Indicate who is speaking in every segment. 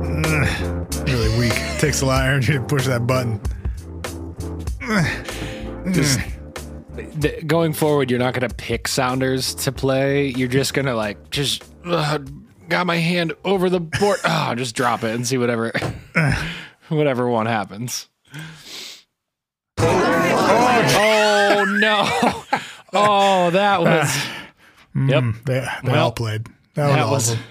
Speaker 1: Really weak. Takes a lot of energy to push that button.
Speaker 2: Just th- going forward, you're not gonna pick sounders to play. You're just gonna like just uh, got my hand over the board. Oh, just drop it and see whatever whatever one happens. Oh, no! Oh, that was yep.
Speaker 1: They, they
Speaker 2: Well,
Speaker 1: all played. That,
Speaker 2: that was
Speaker 1: was awesome.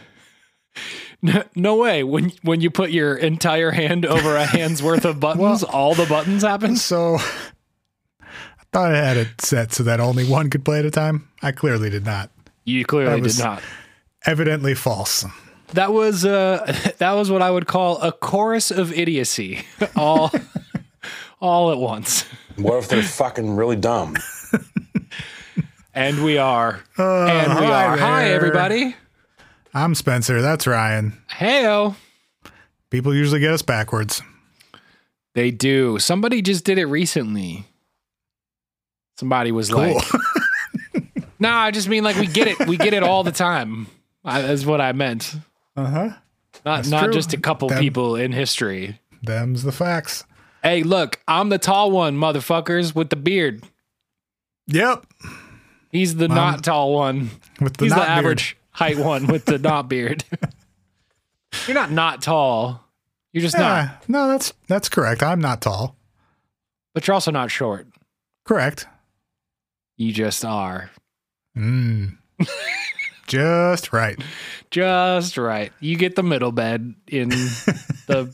Speaker 2: No, no way. When when you put your entire hand over a hand's worth of buttons, all the buttons happen.
Speaker 1: So I thought I had it set so that only one could play at a time. I clearly did not.
Speaker 2: You clearly
Speaker 1: That was-
Speaker 2: did not.
Speaker 1: Evidently false.
Speaker 2: That was uh that was what I would call a chorus of idiocy. All all at once.
Speaker 3: What if they're fucking really dumb?
Speaker 2: And we are. and we
Speaker 1: Uh, hi
Speaker 2: are. Hi
Speaker 1: there.
Speaker 2: everybody.
Speaker 1: I'm Spencer. That's Ryan.
Speaker 2: Heyo.
Speaker 1: People usually get us backwards.
Speaker 2: They do. Somebody just did it recently. Somebody was like No, I just mean like we get it. We get it all the time. I, that's what I meant.
Speaker 1: uh huh.
Speaker 2: Not
Speaker 1: That's
Speaker 2: not
Speaker 1: true.
Speaker 2: just a couple
Speaker 1: Them-
Speaker 2: people in history.
Speaker 1: Them's the facts.
Speaker 2: Hey, look, I'm the tall one, motherfuckers, with the beard.
Speaker 1: Yep.
Speaker 2: He's the not tall one.
Speaker 1: With the
Speaker 2: He's
Speaker 1: not
Speaker 2: the
Speaker 1: beard.
Speaker 2: average height one with the not beard. You're not not tall. You're just not,
Speaker 1: Yeah. No, that's that's correct. I'm not tall.
Speaker 2: but you're also not short.
Speaker 1: Correct.
Speaker 2: You just are.
Speaker 1: Mm. Just right.
Speaker 2: Just right. You get the middle bed in the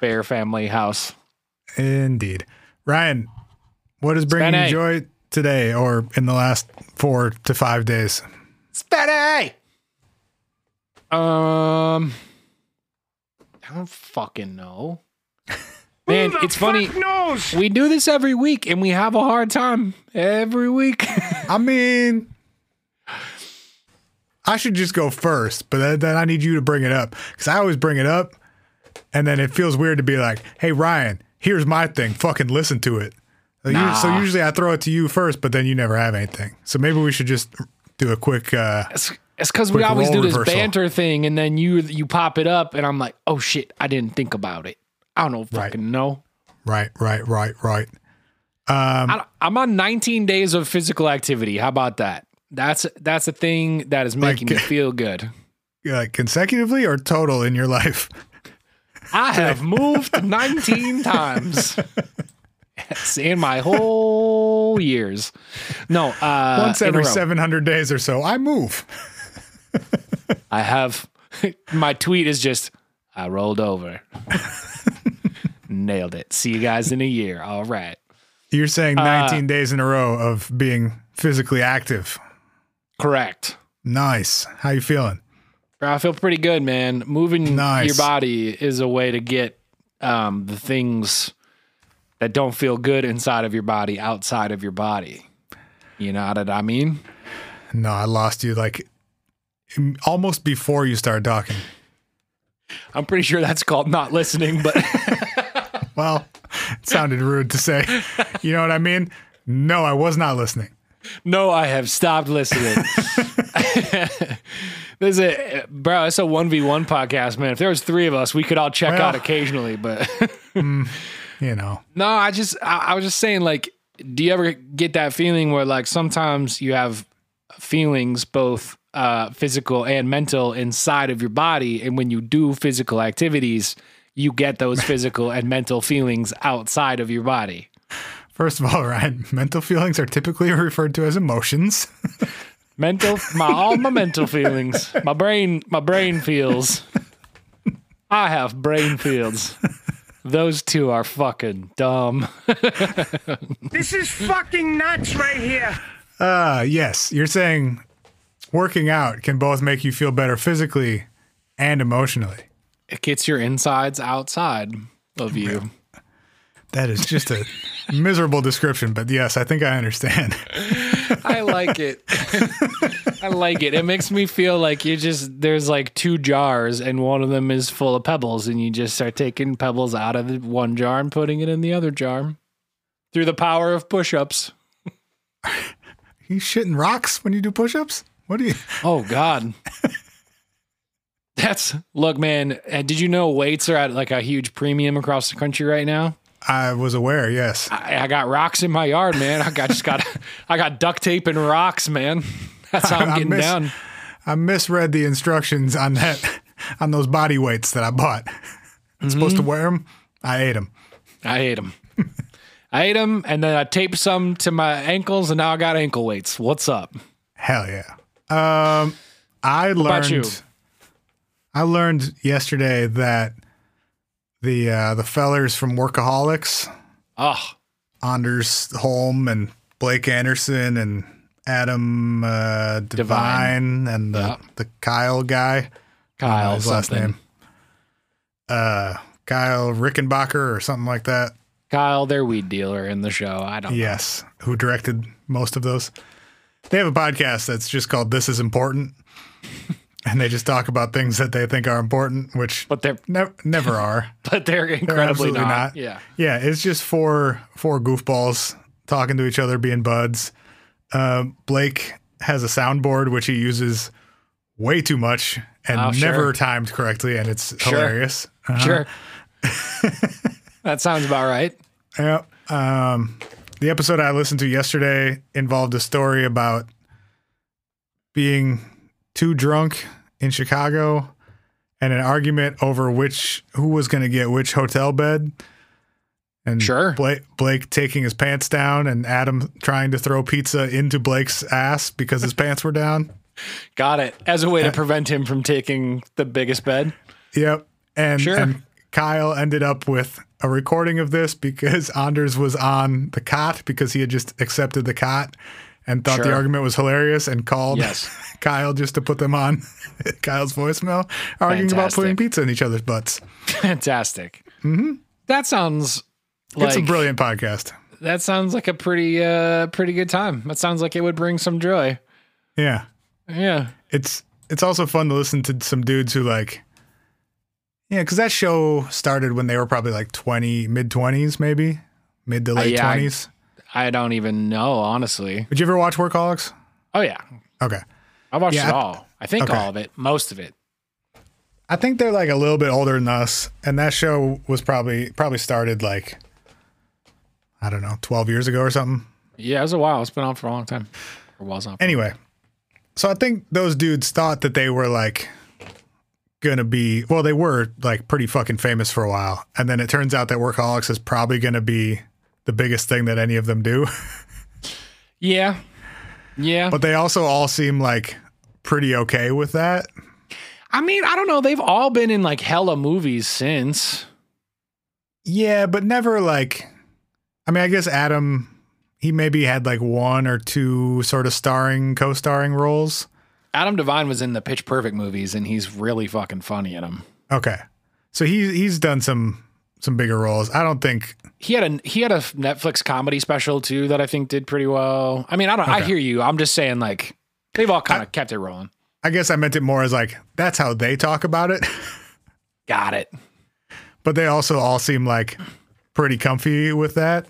Speaker 2: Bear family house.
Speaker 1: Indeed. Ryan, what is bringing
Speaker 2: Spenney.
Speaker 1: you joy today or in the last four to five days?
Speaker 2: Spatty. Um, I don't fucking know. Man, it's funny. We do this every week, and we have a hard time every week.
Speaker 1: I mean, I should just go first, but then, then I need you to bring it up because I always bring it up. And then it feels weird to be like, hey, Ryan, here's my thing. Fucking listen to it. So, you-
Speaker 2: Nah.
Speaker 1: so usually I throw it to you first, but then you never have anything. So maybe we should just do a quick. Uh,
Speaker 2: It's because we
Speaker 1: Quick
Speaker 2: always
Speaker 1: role
Speaker 2: do this
Speaker 1: reversal.
Speaker 2: banter thing, and then you you pop it up, and I'm like, oh shit, I didn't think about it. I don't know,
Speaker 1: Right.
Speaker 2: fucking know.
Speaker 1: right, right, right, right.
Speaker 2: I don't- I'm on 19 days of physical activity. How about that? That's that's a thing that is making
Speaker 1: Like-
Speaker 2: me feel good.
Speaker 1: Uh, consecutively or total in your life?
Speaker 2: I have moved 19 times yes, in my whole years. No, uh,
Speaker 1: Once
Speaker 2: in a
Speaker 1: every
Speaker 2: row.
Speaker 1: 700 days or so, I move.
Speaker 2: I have my tweet is just I rolled over, nailed it. See you guys in a year. All right.
Speaker 1: You're saying
Speaker 2: Uh,
Speaker 1: 19 days in a row of being physically active.
Speaker 2: Correct.
Speaker 1: Nice. How you feeling?
Speaker 2: I feel pretty good, man. Moving
Speaker 1: Nice.
Speaker 2: your body is a way to get um, the things that don't feel good inside of your body outside of your body. You know what I mean?
Speaker 1: No, I lost you like im- almost before you started talking.
Speaker 2: I'm pretty sure that's called not listening, but
Speaker 1: Well, it sounded rude to say. You know what I mean? No, I was not listening.
Speaker 2: no, I have stopped listening. There's a bro, it's a one v one podcast, man. If there was three of us, we could all check
Speaker 1: Well.
Speaker 2: out occasionally, but
Speaker 1: You know,
Speaker 2: No, I just I, I was just saying like do you ever get that feeling where like sometimes you have feelings both uh physical and mental inside of your body and when you do physical activities you get those physical and mental feelings outside of your body.
Speaker 1: first of all, Ryan, mental feelings are typically referred to as emotions.
Speaker 2: Mental my all my mental feelings. My brain my brain feels. I have brain fields. Those two are fucking dumb.
Speaker 4: This is fucking nuts right here.
Speaker 1: Uh, yes, you're saying working out can both make you feel better physically and emotionally.
Speaker 2: It gets your insides outside of you.
Speaker 1: That is just a miserable description, but yes, I think I understand.
Speaker 2: I like it. I like it. It makes me feel like you just there's like two jars and one of them is full of pebbles and you just start taking pebbles out of the one jar and putting it in the other jar through the power of push-ups.
Speaker 1: You shitting rocks when you do push-ups? What do you?
Speaker 2: Oh god. That's look, man. uh, Did you know weights are at like a huge premium across the country right now?
Speaker 1: I was aware, yes.
Speaker 2: I, I got rocks in my yard, man. I got just got I got duct tape and rocks, man. That's how I'm
Speaker 1: I
Speaker 2: getting
Speaker 1: miss-
Speaker 2: down.
Speaker 1: I misread the instructions on that on those body weights that I bought. I'm supposed
Speaker 2: Mm-hmm.
Speaker 1: to wear them. I ate them.
Speaker 2: I ate them. I ate them, and then I taped some to my ankles, and now I got ankle weights. What's up?
Speaker 1: Hell yeah. Um, I
Speaker 2: about you?
Speaker 1: learned. I learned yesterday that the uh, the fellers from Workaholics,
Speaker 2: Oh,
Speaker 1: Anders Holm and Blake Anderson and Adam uh, Divine,
Speaker 2: Devine.
Speaker 1: and the,
Speaker 2: Yeah.
Speaker 1: the Kyle guy. I don't know
Speaker 2: Kyle,
Speaker 1: his
Speaker 2: something.
Speaker 1: Uh, Kyle Rickenbacker or something like that.
Speaker 2: Kyle, their weed dealer in the show. I don't. know.
Speaker 1: Yes, who directed most of those. They have a podcast that's just called This Is Important. and they just talk about things that they think are important, which
Speaker 2: but they're
Speaker 1: ne- never are.
Speaker 2: but they're incredibly
Speaker 1: absolutely
Speaker 2: not.
Speaker 1: not.
Speaker 2: Yeah,
Speaker 1: yeah, it's just four four goofballs talking to each other, being buds. Uh, Blake has a soundboard which he uses way too much and
Speaker 2: Oh, sure.
Speaker 1: never timed correctly, and it's
Speaker 2: Sure.
Speaker 1: hilarious.
Speaker 2: sure. that sounds about right.
Speaker 1: Yeah. Um, the episode I listened to yesterday involved a story about being too drunk in Chicago and an argument over which who was going to get which hotel bed. And
Speaker 2: Sure.
Speaker 1: Blake, Blake taking his pants down and Adam trying to throw pizza into Blake's ass because his pants were down.
Speaker 2: Got it. As a way to prevent him from taking the biggest bed.
Speaker 1: Yep. And,
Speaker 2: Sure.
Speaker 1: and Kyle ended up with a recording of this because Anders was on the cot because he had just accepted the cot and thought the
Speaker 2: Sure.
Speaker 1: argument was hilarious and called
Speaker 2: Yes.
Speaker 1: Kyle just to put them on Kyle's voicemail, arguing about
Speaker 2: Fantastic.
Speaker 1: putting pizza in each other's butts.
Speaker 2: Fantastic. Mm-hmm. That sounds like
Speaker 1: it's a brilliant podcast.
Speaker 2: that sounds like a pretty uh pretty good time. That sounds like it would bring some joy.
Speaker 1: Yeah.
Speaker 2: Yeah.
Speaker 1: It's it's also fun to listen to some dudes who like yeah, because that show started when they were probably like twenty, mid twenties, maybe mid to
Speaker 2: Uh,
Speaker 1: late
Speaker 2: yeah, I-
Speaker 1: twenties.
Speaker 2: I don't even know, honestly.
Speaker 1: Did you ever watch Workaholics?
Speaker 2: Oh yeah.
Speaker 1: Okay.
Speaker 2: I watched
Speaker 1: Yeah,
Speaker 2: it
Speaker 1: I-
Speaker 2: all. I think
Speaker 1: okay.
Speaker 2: all of it. Most of it.
Speaker 1: I think they're like a little bit older than us, and that show was probably probably started like I don't know, twelve years ago or something.
Speaker 2: Yeah, it was a while. It's been on for a long time. Or was on. for-
Speaker 1: Anyway, so I think those dudes thought that they were like gonna be well, they were like pretty fucking famous for a while, and then it turns out that workaholics is probably gonna be the biggest thing that any of them do.
Speaker 2: Yeah. Yeah.
Speaker 1: but they also all seem like pretty okay with that.
Speaker 2: I mean, I don't know. They've all been in like hella movies since.
Speaker 1: Yeah, but never like. I mean, I guess Adam, he maybe had like one or two sort of starring, co starring roles.
Speaker 2: Adam Devine was in the Pitch Perfect movies, and he's really fucking funny in them.
Speaker 1: Okay. So he, he's done some some bigger roles. I don't think.
Speaker 2: He had a he had a Netflix comedy special too that I think did pretty well. I mean, I don't. I
Speaker 1: Okay.
Speaker 2: hear you. I'm just saying, like they've all kind of kept it rolling.
Speaker 1: I guess I meant it more as like, that's how they talk about it.
Speaker 2: Got it.
Speaker 1: But they also all seem like pretty comfy with that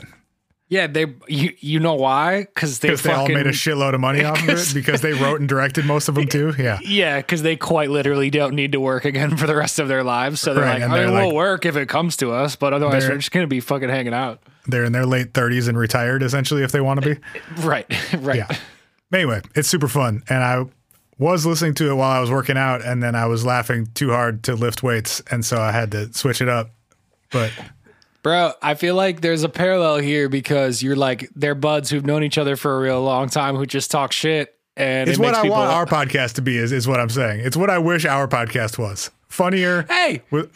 Speaker 2: Yeah, they. You you know why? Because they
Speaker 1: because they all
Speaker 2: fucking.
Speaker 1: made a shitload of money off of it because they wrote and directed most of them too. Yeah.
Speaker 2: yeah, because they quite literally don't need to work again for the rest of their lives. So they're
Speaker 1: Right,
Speaker 2: like,
Speaker 1: and
Speaker 2: I
Speaker 1: they're
Speaker 2: mean,
Speaker 1: like-
Speaker 2: we'll work if it comes to us, but otherwise
Speaker 1: They're-
Speaker 2: we're just gonna be fucking hanging out.
Speaker 1: They're in their late 30s and retired essentially if they want to be.
Speaker 2: Right. Right.
Speaker 1: Yeah. Anyway, it's super fun. And I was listening to it while I was working out, and then I was laughing too hard to lift weights. And so I had to switch it up. But
Speaker 2: Bro, I feel like there's a parallel here because you're like they're buds who've known each other for a real long time who just talk shit and
Speaker 1: it's
Speaker 2: it
Speaker 1: what
Speaker 2: makes
Speaker 1: I
Speaker 2: people
Speaker 1: want our podcast to be, is, is what I'm saying. It's what I wish our podcast was funnier,
Speaker 2: Hey,
Speaker 1: with,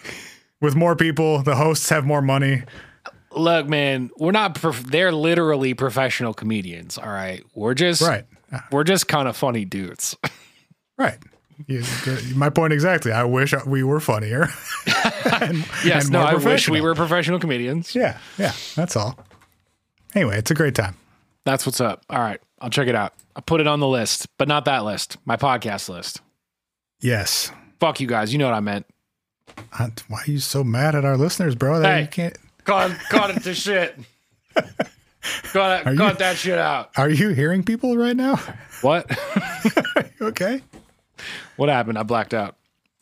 Speaker 1: with more people. The hosts have more money.
Speaker 2: look man, we're not prof- they're literally professional comedians, all right? We're just
Speaker 1: Right.
Speaker 2: we're just kind of funny dudes.
Speaker 1: Right. You- my point exactly. I wish we were funnier.
Speaker 2: yes,
Speaker 1: And
Speaker 2: no,
Speaker 1: more
Speaker 2: I wish we
Speaker 1: professional.
Speaker 2: were professional comedians.
Speaker 1: yeah. Yeah. That's all. Anyway, it's a great time.
Speaker 2: That's what's up. All right, I'll check it out. I'll put it on the list, but not that list, my podcast list.
Speaker 1: Yes.
Speaker 2: Fuck you guys, you know what I meant.
Speaker 1: I, why are you so mad at our listeners, bro? That you
Speaker 2: Hey.
Speaker 1: can't.
Speaker 2: Cut cut it to shit. Cut,
Speaker 1: you-
Speaker 2: it, cut that shit out.
Speaker 1: Are you hearing people right now?
Speaker 2: What?
Speaker 1: Okay.
Speaker 2: What happened? I blacked out.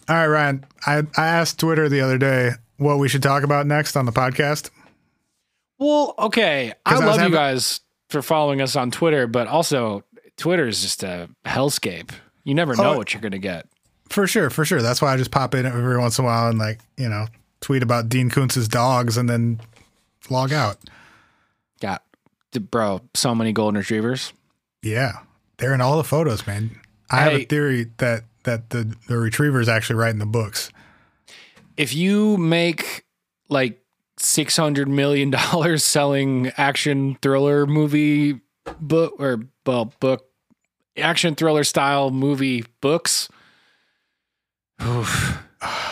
Speaker 1: All right, Ryan. I, I asked Twitter the other day what we should talk about next on the podcast.
Speaker 2: Well, okay. I
Speaker 1: 'Cause I was
Speaker 2: love you
Speaker 1: having-
Speaker 2: guys for following us on Twitter, but also Twitter is just a hellscape. You never know
Speaker 1: Oh.
Speaker 2: what you're going to get.
Speaker 1: For sure, for sure. That's why I just pop in every once in a while and like, you know, tweet about Dean Kuntz's dogs and then log out.
Speaker 2: Got, d- bro, so many golden retrievers.
Speaker 1: Yeah. They're in all the photos, man. I have
Speaker 2: Hey.
Speaker 1: a theory that that the, the retriever's actually writing the books.
Speaker 2: If you make like $600 million selling action thriller movie book or, well, book, action thriller style movie books, oof,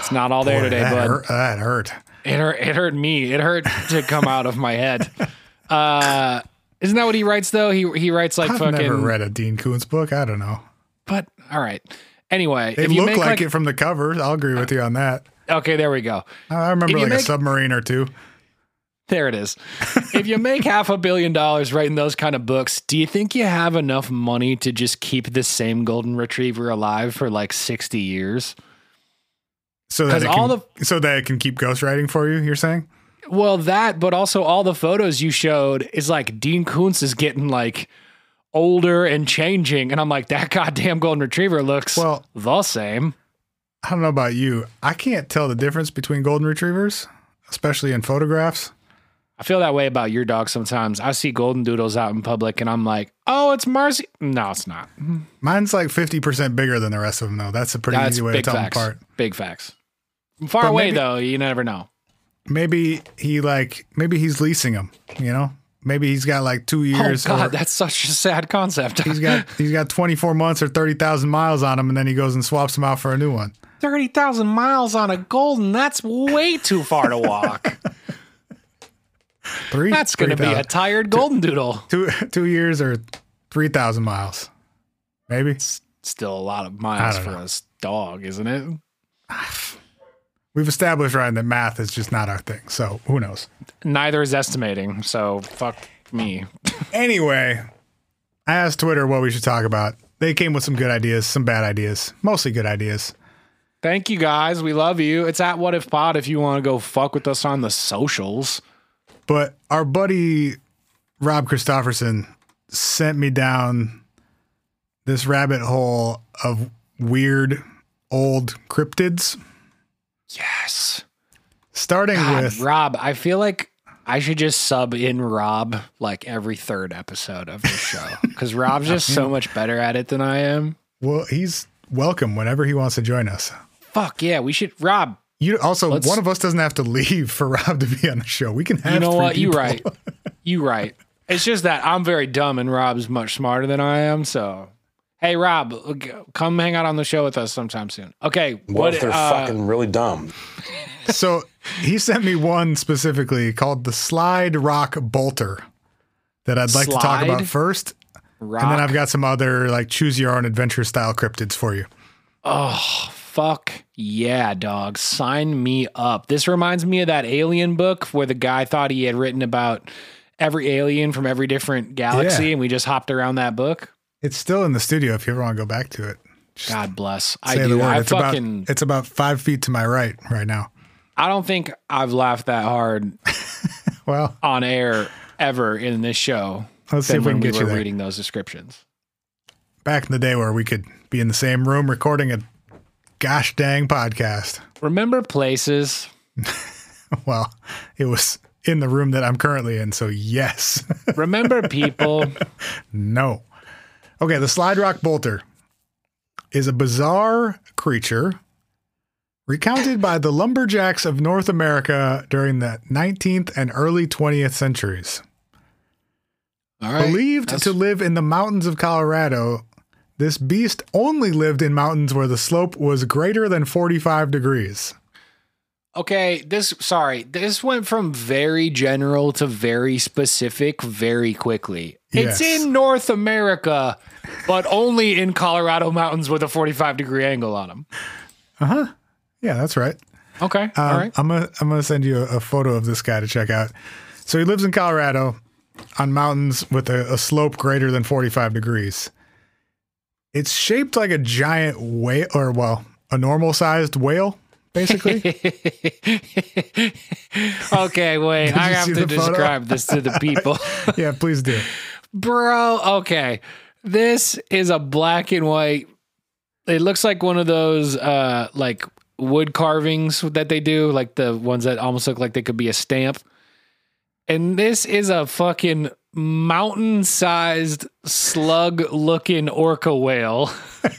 Speaker 2: it's not all there
Speaker 1: Boy,
Speaker 2: today,
Speaker 1: that,
Speaker 2: bud.
Speaker 1: hurt, that hurt.
Speaker 2: It hurt, it hurt me. It hurt to come out of my head. Uh, isn't that what he writes though? He he writes like
Speaker 1: I've
Speaker 2: fucking.
Speaker 1: never read a Dean Koontz book. I don't know.
Speaker 2: But all right. Anyway,
Speaker 1: They
Speaker 2: if you
Speaker 1: look
Speaker 2: make
Speaker 1: like,
Speaker 2: like,
Speaker 1: it from the cover. I'll agree with you on that.
Speaker 2: okay, there we go.
Speaker 1: I remember
Speaker 2: If you
Speaker 1: like a
Speaker 2: make-
Speaker 1: submarine or two.
Speaker 2: There it is. if you make half a billion dollars writing those kind of books, do you think you have enough money to just keep the same golden retriever alive for like sixty years?
Speaker 1: So
Speaker 2: 'Cause
Speaker 1: that it can,
Speaker 2: all
Speaker 1: so that it can keep ghostwriting for you, you're saying?
Speaker 2: Well, that, but also all the photos you showed is like Dean Koontz is getting like older and changing, and I'm like that goddamn golden retriever looks
Speaker 1: Well-
Speaker 2: the same.
Speaker 1: I don't know about you. I can't tell the difference between golden retrievers, especially in photographs.
Speaker 2: I feel that way about your dog sometimes. I see golden doodles out in public, and I'm like, oh, it's Marcy. No, it's not.
Speaker 1: Mine's like 50% bigger than the rest of them, though. That's a pretty
Speaker 2: That's
Speaker 1: easy way to
Speaker 2: big
Speaker 1: tell
Speaker 2: facts.
Speaker 1: them apart.
Speaker 2: Big facts. From Far
Speaker 1: But
Speaker 2: away
Speaker 1: maybe-
Speaker 2: though, you never know.
Speaker 1: Maybe he like, maybe he's leasing them, you know? Maybe he's got like two
Speaker 2: Oh
Speaker 1: years.
Speaker 2: God,
Speaker 1: or
Speaker 2: that's such a sad concept.
Speaker 1: he's got he's got 24 months or 30,000 miles on him, and then he goes and swaps them out for a new one.
Speaker 2: thirty thousand miles on a golden. That's way too far to walk.
Speaker 1: Three.
Speaker 2: that's going to be a
Speaker 1: 3,000.
Speaker 2: tired golden doodle.
Speaker 1: two two years or 3,000 miles, maybe.
Speaker 2: It's still a lot of miles
Speaker 1: don't
Speaker 2: for
Speaker 1: know.
Speaker 2: a s- dog, isn't it?
Speaker 1: We've established, Ryan, that math is just not our thing. So who knows?
Speaker 2: Neither is estimating, so fuck me.
Speaker 1: Anyway, I asked Twitter what we should talk about. They came with some good ideas, some bad ideas, mostly good ideas.
Speaker 2: Thank you guys. We love you. It's at What If Pod if you want to go fuck with us on the socials.
Speaker 1: But our buddy Rob Christofferson sent me down this rabbit hole of weird old cryptids,
Speaker 2: Yes.
Speaker 1: starting
Speaker 2: God,
Speaker 1: with
Speaker 2: Rob, I feel like I should just sub in Rob like every third episode of this show because Rob's just so much better at it than I am.
Speaker 1: well, he's welcome whenever he wants to join us.
Speaker 2: Fuck yeah, we should. Rob,
Speaker 1: You also
Speaker 2: Let's-
Speaker 1: one of us doesn't have to leave for Rob to be on the show. We can have
Speaker 2: you know
Speaker 1: three
Speaker 2: what? You
Speaker 1: people.
Speaker 2: right. You right. It's just that I'm very dumb and Rob's much smarter than I am. So, hey, Rob, g- come hang out on the show with us sometime soon. Okay.
Speaker 3: What, if they're
Speaker 2: uh,
Speaker 3: fucking really dumb?
Speaker 1: So he sent me one specifically called the Slide Rock Bolter that I'd like to talk
Speaker 2: Slide?
Speaker 1: about first.
Speaker 2: Rob?
Speaker 1: And then I've got some other like choose your own adventure style cryptids for you.
Speaker 2: Oh, fuck yeah, dog. Sign me up. This reminds me of that alien book where the guy thought he had written about every alien from every different galaxy
Speaker 1: Yeah.
Speaker 2: and we just hopped around that book.
Speaker 1: It's still in the studio if you ever want to go back to it. Just
Speaker 2: God bless. I
Speaker 1: say the
Speaker 2: do.
Speaker 1: word.
Speaker 2: I
Speaker 1: it's
Speaker 2: fucking
Speaker 1: about it's about five feet to my right right now.
Speaker 2: I don't think I've laughed that hard
Speaker 1: Well,
Speaker 2: on air ever in this show
Speaker 1: let's see
Speaker 2: than
Speaker 1: if we
Speaker 2: when
Speaker 1: can
Speaker 2: we
Speaker 1: get
Speaker 2: were
Speaker 1: you there.
Speaker 2: reading those descriptions.
Speaker 1: Back in the day where we could be in the same room recording a gosh dang podcast.
Speaker 2: Remember places?
Speaker 1: Well, it was in the room that I'm currently in, so yes.
Speaker 2: Remember people?
Speaker 1: No. Okay, the slide rock bolter is a bizarre creature recounted by the lumberjacks of North America during the 19th and early 20th centuries.
Speaker 2: All right.
Speaker 1: Believed
Speaker 2: That's-
Speaker 1: to live in the mountains of Colorado, this beast only lived in mountains where the slope was greater than 45 degrees.
Speaker 2: Okay, this sorry, this went from very general to very specific very quickly.
Speaker 1: Yes.
Speaker 2: It's in North America, but only in Colorado mountains with a 45 degree angle on them.
Speaker 1: Yeah, that's right.
Speaker 2: Okay, all
Speaker 1: Um,
Speaker 2: right.
Speaker 1: I'm gonna I'm gonna send you a, a photo of this guy to check out. So he lives in Colorado on mountains with a, a slope greater than 45 degrees. It's shaped like a giant whale, or well, a normal sized whale, basically.
Speaker 2: okay, wait. I
Speaker 1: you
Speaker 2: have
Speaker 1: see
Speaker 2: to
Speaker 1: the photo?
Speaker 2: describe this to the people.
Speaker 1: yeah, please do.
Speaker 2: Bro, okay. This is a black and white. It looks like one of those uh like wood carvings that they do, like the ones that almost look like they could be a stamp. And this is a fucking mountain-sized slug-looking orca whale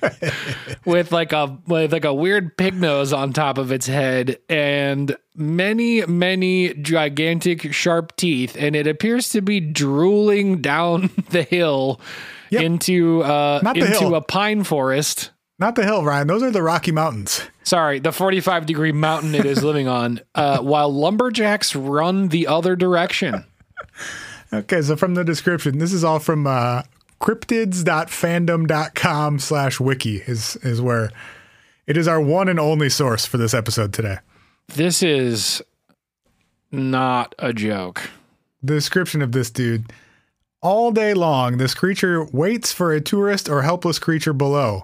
Speaker 2: with like a with like a weird pig nose on top of its head and many many gigantic sharp teeth and it appears to be drooling down the hill
Speaker 1: Yep.
Speaker 2: into uh
Speaker 1: Not the
Speaker 2: into
Speaker 1: hill.
Speaker 2: a pine forest
Speaker 1: Not the hill, Ryan. Those are the Rocky Mountains.
Speaker 2: sorry the 45 degree mountain it is living on uh while lumberjacks run the other direction
Speaker 1: Okay, so from the description, this is all from uh, cryptids.fandom.com slash wiki is, is where it is our one and only source for this episode today.
Speaker 2: this is not a joke
Speaker 1: the description of this dude. All day long, this creature waits for a tourist or helpless creature below.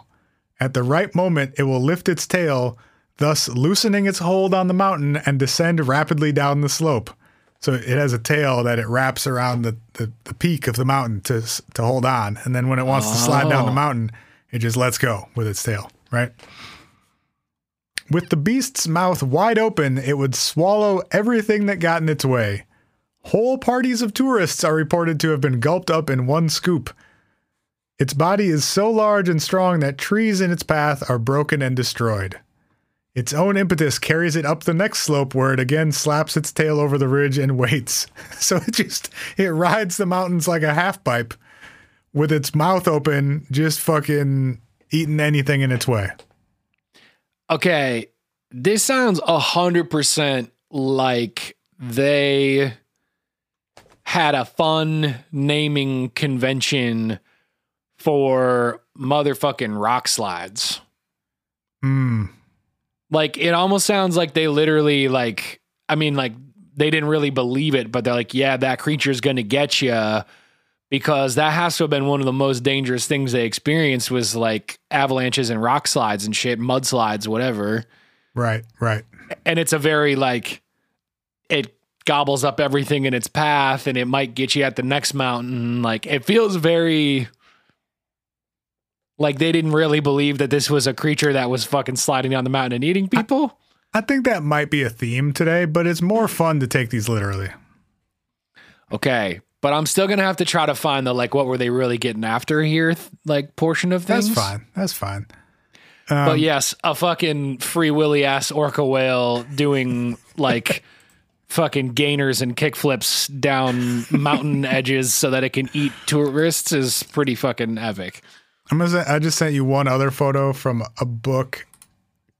Speaker 1: At the right moment, it will lift its tail, thus loosening its hold on the mountain and descend rapidly down the slope. So it has a tail that it wraps around the, the, the peak of the mountain to, s- to hold on. And then when it wants to slide down the
Speaker 2: Oh.
Speaker 1: mountain, it just lets go with its tail, right? With the beast's mouth wide open, it would swallow everything that got in its way. Whole parties of tourists are reported to have been gulped up in one scoop. Its body is so large and strong that trees in its path are broken and destroyed. Its own impetus carries it up the next slope where it again slaps its tail over the ridge and waits. So it just it rides the mountains like a half pipe with its mouth open, just fucking eating anything in its way.
Speaker 2: okay, this sounds a hundred percent like they had a fun naming convention for motherfucking rock slides.
Speaker 1: Hmm.
Speaker 2: Like it almost sounds like they literally like I mean like they didn't really believe it, but they're like, yeah, that creature's gonna get you because that has to have been one of the most dangerous things they experienced was like avalanches and rock slides and shit, mudslides, whatever
Speaker 1: Right, right.
Speaker 2: and it's a very like it gobbles up everything in its path and it might get you at the next mountain like it feels very like they didn't really believe that this was a creature that was fucking sliding down the mountain and eating people
Speaker 1: I think that might be a theme today, but it's more fun to take these literally.
Speaker 2: okay but i'm still gonna have to try to find the like what were they really getting after here th- like portion of things
Speaker 1: That's fine. Um, That's fine.
Speaker 2: but yes a fucking free willy ass orca whale doing like fucking gainers and kickflips down mountain edges so that it can eat tourists is pretty fucking epic
Speaker 1: I'm gonna. Say, I just sent you one other photo from a book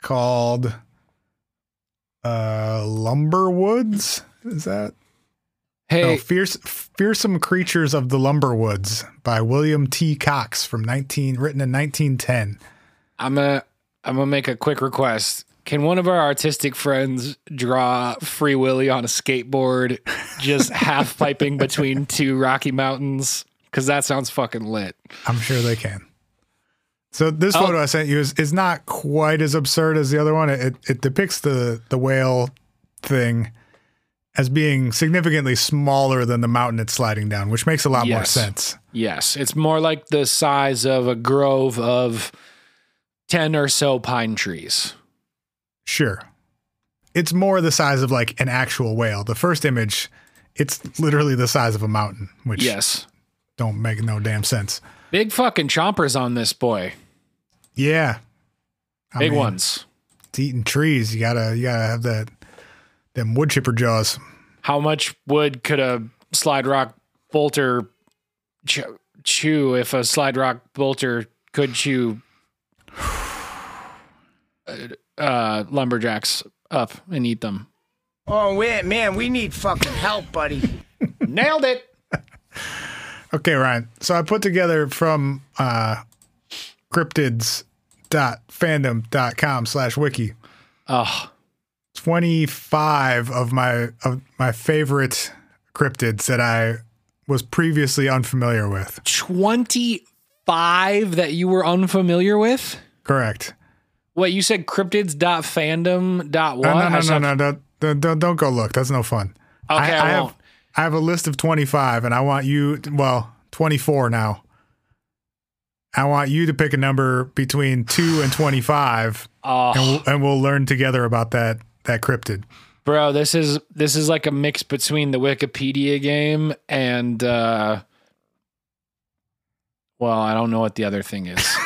Speaker 1: called uh, Lumber Woods. Is that
Speaker 2: hey
Speaker 1: no fierce fearsome creatures of the lumber woods by William T. Cox from 19 written in 1910.
Speaker 2: i'm gonna i'm gonna make a quick request can one of our artistic friends draw free willy on a skateboard just half piping between two rocky mountains because that sounds fucking lit
Speaker 1: I'm sure they can. So this
Speaker 2: Oh.
Speaker 1: photo I sent you is, is not quite as absurd as the other one. It it depicts the the whale thing as being significantly smaller than the mountain it's sliding down, which makes a lot more
Speaker 2: Yes.
Speaker 1: sense.
Speaker 2: Yes, it's more like the size of a grove of 10 or so pine trees.
Speaker 1: Sure. It's more the size of like an actual whale. The first image, it's literally the size of a mountain, which
Speaker 2: Yes.
Speaker 1: don't make no damn sense.
Speaker 2: Big fucking chompers on this boy.
Speaker 1: Yeah. I
Speaker 2: Big
Speaker 1: mean,
Speaker 2: ones.
Speaker 1: It's eating trees. You gotta you gotta have that them wood chipper jaws.
Speaker 2: How much wood could a slide rock bolter ch- chew if a slide rock bolter could chew uh, uh, lumberjacks up and eat them?
Speaker 4: Oh, wait, man, we need fucking help, buddy.
Speaker 2: Nailed it.
Speaker 1: Okay, Ryan. So I put together from uh cryptids.fandom.com slash wiki
Speaker 2: Oh,
Speaker 1: 25 of my of my favorite cryptids that I was previously unfamiliar with.
Speaker 2: 25 that you were unfamiliar with?
Speaker 1: Correct.
Speaker 2: Wait, you said cryptids.fandom.what?
Speaker 1: No, no,
Speaker 2: I
Speaker 1: no,
Speaker 2: just
Speaker 1: no,
Speaker 2: have-
Speaker 1: no, don't- don't, don't, don't go look. That's no fun.
Speaker 2: Okay, I
Speaker 1: have,
Speaker 2: won't.
Speaker 1: I have a list of 25, and I want you, well, 24 now. I want you to pick a number between 2 and 25,
Speaker 2: Oh,
Speaker 1: and, we'll, and we'll learn together about that that cryptid.
Speaker 2: bro, this is this is like a mix between the Wikipedia game and uh well, I don't know what the other thing is.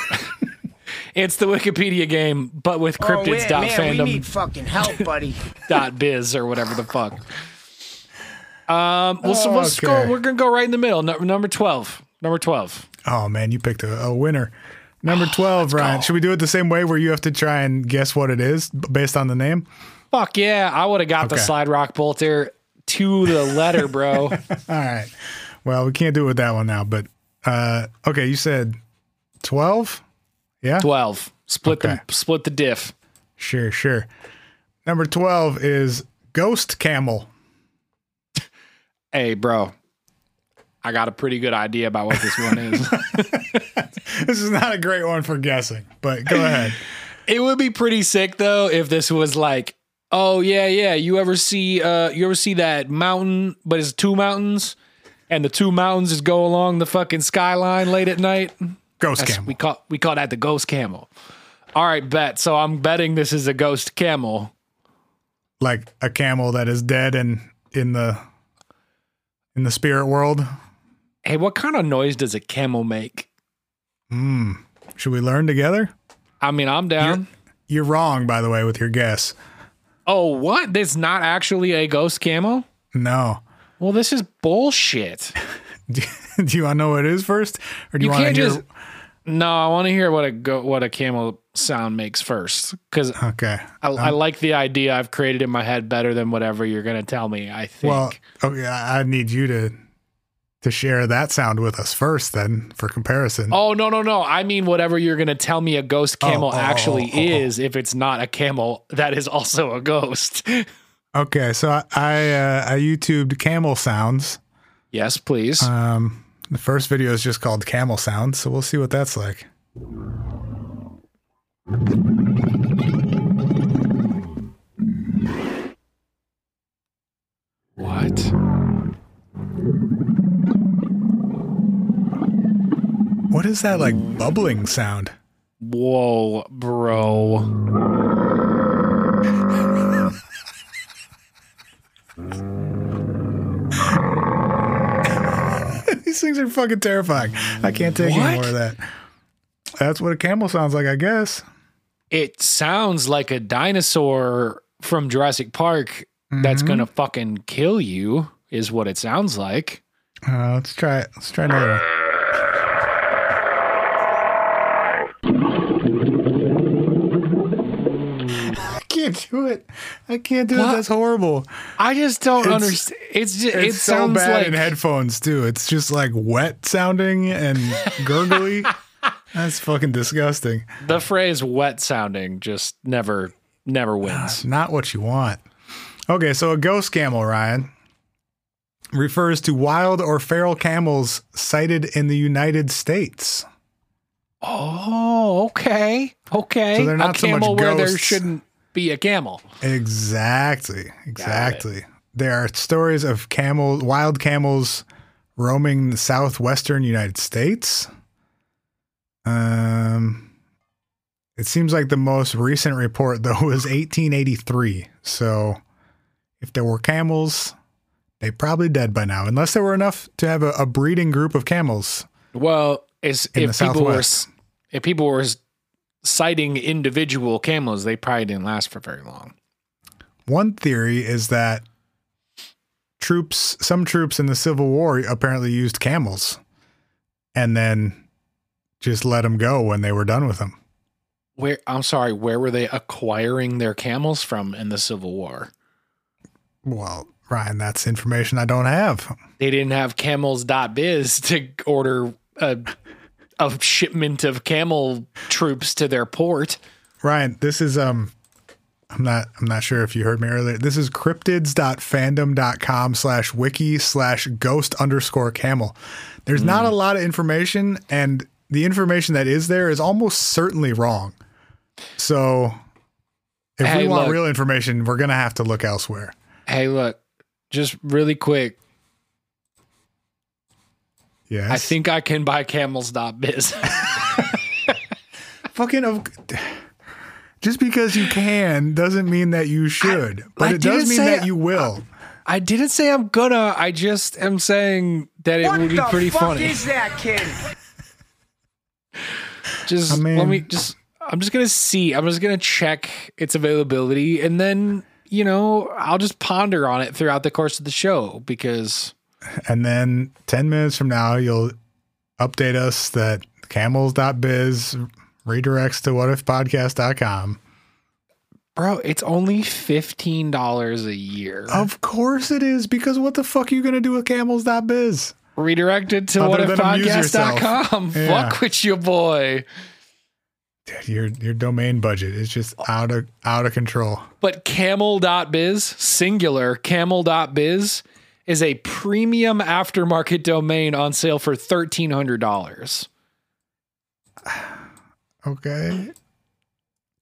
Speaker 2: it's the Wikipedia game, but with
Speaker 4: Oh, man, man, we
Speaker 2: cryptids.fandom.
Speaker 4: need fucking help, buddy.
Speaker 2: dot biz or whatever the fuck. Um, well, so let's
Speaker 1: Okay.
Speaker 2: go. We're gonna go right in the middle. No, number twelve. Number twelve.
Speaker 1: Oh, man, you picked a, a winner. Number 12, Ryan. Should we do it the same way where you have to try and guess what it is b- based on the name?
Speaker 2: Fuck yeah! I would have got the
Speaker 1: Okay.
Speaker 2: slide rock bolter to the letter, bro.
Speaker 1: All right. Well, we can't do it with that one now, but uh, okay, you said 12? Yeah?
Speaker 2: twelve. Split
Speaker 1: Okay.
Speaker 2: the split the diff.
Speaker 1: Sure, sure. Number 12 is Ghost Camel.
Speaker 2: Hey, bro. I got a pretty good idea about what this one is.
Speaker 1: This is not a great one for guessing, but go ahead.
Speaker 2: it would be pretty sick though if this was like, oh yeah, yeah. You ever see uh you ever see that mountain, but it's two mountains, and the two mountains just go along the fucking skyline late at night.
Speaker 1: Ghost
Speaker 2: That's-
Speaker 1: Camel.
Speaker 2: We call we call that the ghost camel. All right, bet. So I'm betting this is a ghost camel.
Speaker 1: like a camel that is dead and in the in the spirit world.
Speaker 2: Hey, what kind of noise does a camel make?
Speaker 1: Should we learn together?
Speaker 2: I mean, I'm down.
Speaker 1: You're wrong, by the way, with your guess.
Speaker 2: oh, what? This not actually a ghost camel?
Speaker 1: No.
Speaker 2: Well, this is bullshit.
Speaker 1: Do you want to know what it is first, or do
Speaker 2: You
Speaker 1: you, want to
Speaker 2: can't
Speaker 1: hear?
Speaker 2: just. No, I want to hear what a go, what a camel sound makes first, because I,
Speaker 1: okay.
Speaker 2: I
Speaker 1: Um,
Speaker 2: like the idea I've created in my head better than whatever you're gonna tell me. I think.
Speaker 1: Well, okay. I I need you to to share that sound with us first, then for comparison.
Speaker 2: Oh no no no! I mean whatever you're gonna tell me a ghost camel
Speaker 1: oh, oh,
Speaker 2: actually
Speaker 1: oh, oh, oh.
Speaker 2: is, if it's not a camel that is also a ghost.
Speaker 1: Okay, so I I, uh, I YouTubed camel sounds.
Speaker 2: yes, please.
Speaker 1: Um, the first video is just called camel sounds, so we'll see what that's like.
Speaker 2: what?
Speaker 1: What is that like bubbling sound?
Speaker 2: Whoa, bro!
Speaker 1: These things are fucking terrifying. I can't take any
Speaker 2: What?
Speaker 1: more of that. That's what a camel sounds like, I guess.
Speaker 2: It sounds like a dinosaur from Jurassic Park that's
Speaker 1: Mm-hmm.
Speaker 2: gonna fucking kill you. Is what it sounds like.
Speaker 1: Uh, let's try it. Let's try another one. I can't do it. I can't do
Speaker 2: What?
Speaker 1: it. That's horrible.
Speaker 2: I just don't
Speaker 1: It's-
Speaker 2: understand. It's just,
Speaker 1: It's
Speaker 2: it
Speaker 1: so
Speaker 2: sounds
Speaker 1: bad
Speaker 2: like
Speaker 1: in headphones too. It's just like wet sounding and gurgly. That's fucking disgusting.
Speaker 2: the phrase "wet sounding" just never never wins.
Speaker 1: Not what you want. Okay, so a ghost camel, Ryan, refers to wild or feral camels sighted in the United States.
Speaker 2: Oh, okay, okay.
Speaker 1: So they're not
Speaker 2: a
Speaker 1: so much
Speaker 2: camel where there
Speaker 1: ghosts.
Speaker 2: shouldn't be a camel.
Speaker 1: Exactly. Exactly. There are stories of camel, wild camels roaming the southwestern United States. Um, it seems like the most recent report, though, was 1883. So if there were camels, they probably dead by now, unless there were enough to have a, a breeding group of camels.
Speaker 2: Well, it's,
Speaker 1: In
Speaker 2: if
Speaker 1: the
Speaker 2: people were
Speaker 1: Southwest.
Speaker 2: if people were citing individual camels, they probably didn't last for very long.
Speaker 1: One theory is that troops, some troops in the Civil War apparently used camels and then just let them go when they were done with them.
Speaker 2: Where I'm sorry, where were they acquiring their camels from in the Civil War?
Speaker 1: Well, Ryan, that's information I don't have.
Speaker 2: They didn't have camels.biz to order a a shipment of camel troops to their port.
Speaker 1: Ryan, this is um I'm not I'm not sure if you heard me earlier. This is cryptids.fandom.com slash wiki slash ghost underscore camel. There's
Speaker 2: Hmm.
Speaker 1: not a lot of information and the information that is there is almost certainly wrong. So if
Speaker 2: Hey,
Speaker 1: we want
Speaker 2: look.
Speaker 1: real information, we're gonna have to look elsewhere.
Speaker 2: Hey, look, just really quick.
Speaker 1: Yes.
Speaker 2: I think I can buy camels.biz.
Speaker 1: fucking of just because you can doesn't mean that you should. but
Speaker 2: I
Speaker 1: it does
Speaker 2: didn't
Speaker 1: mean
Speaker 2: say-
Speaker 1: that you will.
Speaker 2: I didn't say I'm gonna. I just am saying that it
Speaker 4: What
Speaker 2: would be
Speaker 4: the
Speaker 2: pretty
Speaker 4: fuck
Speaker 2: funny.
Speaker 4: is that kid?
Speaker 2: just
Speaker 1: I mean-
Speaker 2: let me just. I'm just gonna see. I'm just gonna check its availability, and then you know I'll just ponder on it throughout the course of the show because
Speaker 1: and then 10 minutes from now you'll update us that camels.biz redirects to whatifpodcast.com
Speaker 2: bro, it's only fifteen dollars a year.
Speaker 1: of course it is because what the fuck are you going to do with camels.biz
Speaker 2: Redirected to
Speaker 1: Other than amuse yourself.
Speaker 2: whatifpodcast.com.
Speaker 1: Yeah.
Speaker 2: Fuck with your boy.
Speaker 1: Dude, your your domain budget is just out of out of control
Speaker 2: But camel.biz, singular, camel.biz is a premium aftermarket domain on sale for $1,300.
Speaker 1: okay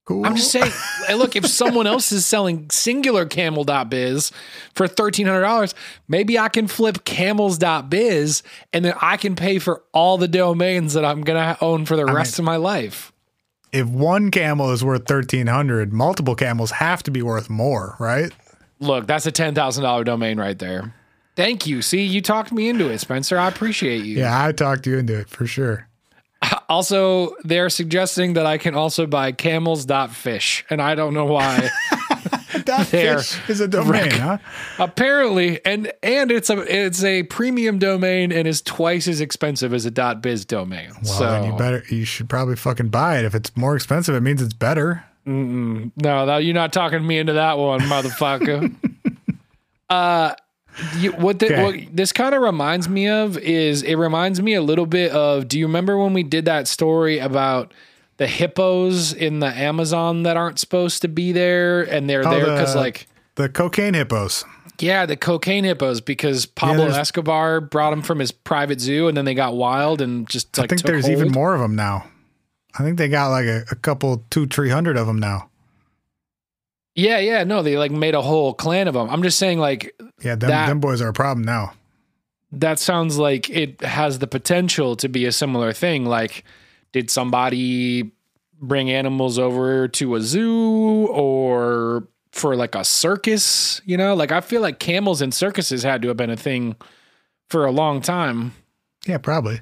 Speaker 1: cool
Speaker 2: I'm just saying, hey, look, if someone else is selling singular camel.biz for $1,300, maybe I can flip camels.biz and then I can pay for all the domains that I'm going to own for the rest of my life.
Speaker 1: if one camel is worth 1300 multiple camels have to be worth more right
Speaker 2: Look, that's a $10,000 domain right there. Thank you. See, you talked me into it, Spencer. I appreciate you.
Speaker 1: yeah i talked you into it for sure
Speaker 2: Also, they're suggesting that I can also buy camels.fish, and I don't know why.
Speaker 1: that
Speaker 2: There.
Speaker 1: fish is a domain huh
Speaker 2: Apparently, and and it's a it's a premium domain and is twice as expensive as a .biz domain.
Speaker 1: Well,
Speaker 2: so
Speaker 1: then you better. You should probably fucking buy it. If it's more expensive, it means it's better.
Speaker 2: no, that, you're not talking me into that one, motherfucker. uh, you, what, the,
Speaker 1: Okay.
Speaker 2: what this kind of reminds me of is it reminds me a little bit of. Do you remember when we did that story about? The hippos in the Amazon that aren't supposed to be there, and they're there because,
Speaker 1: Oh, the-
Speaker 2: like,
Speaker 1: The cocaine hippos.
Speaker 2: Yeah, the cocaine hippos because Pablo
Speaker 1: there's-
Speaker 2: Escobar brought them from his private zoo and then they got wild and just like
Speaker 1: I think
Speaker 2: took
Speaker 1: there's
Speaker 2: hold.
Speaker 1: even more of them now. I think they got like a, a couple, two, three hundred of them now.
Speaker 2: Yeah, yeah, no, they like made a whole clan of them. I'm just saying like
Speaker 1: Yeah, them,
Speaker 2: That-
Speaker 1: them boys are a problem now.
Speaker 2: that sounds like it has the potential to be a similar thing like did somebody bring animals over to a zoo or for like a circus, you know? Like I feel like camels and circuses had to have been a thing for a long time.
Speaker 1: Yeah, probably.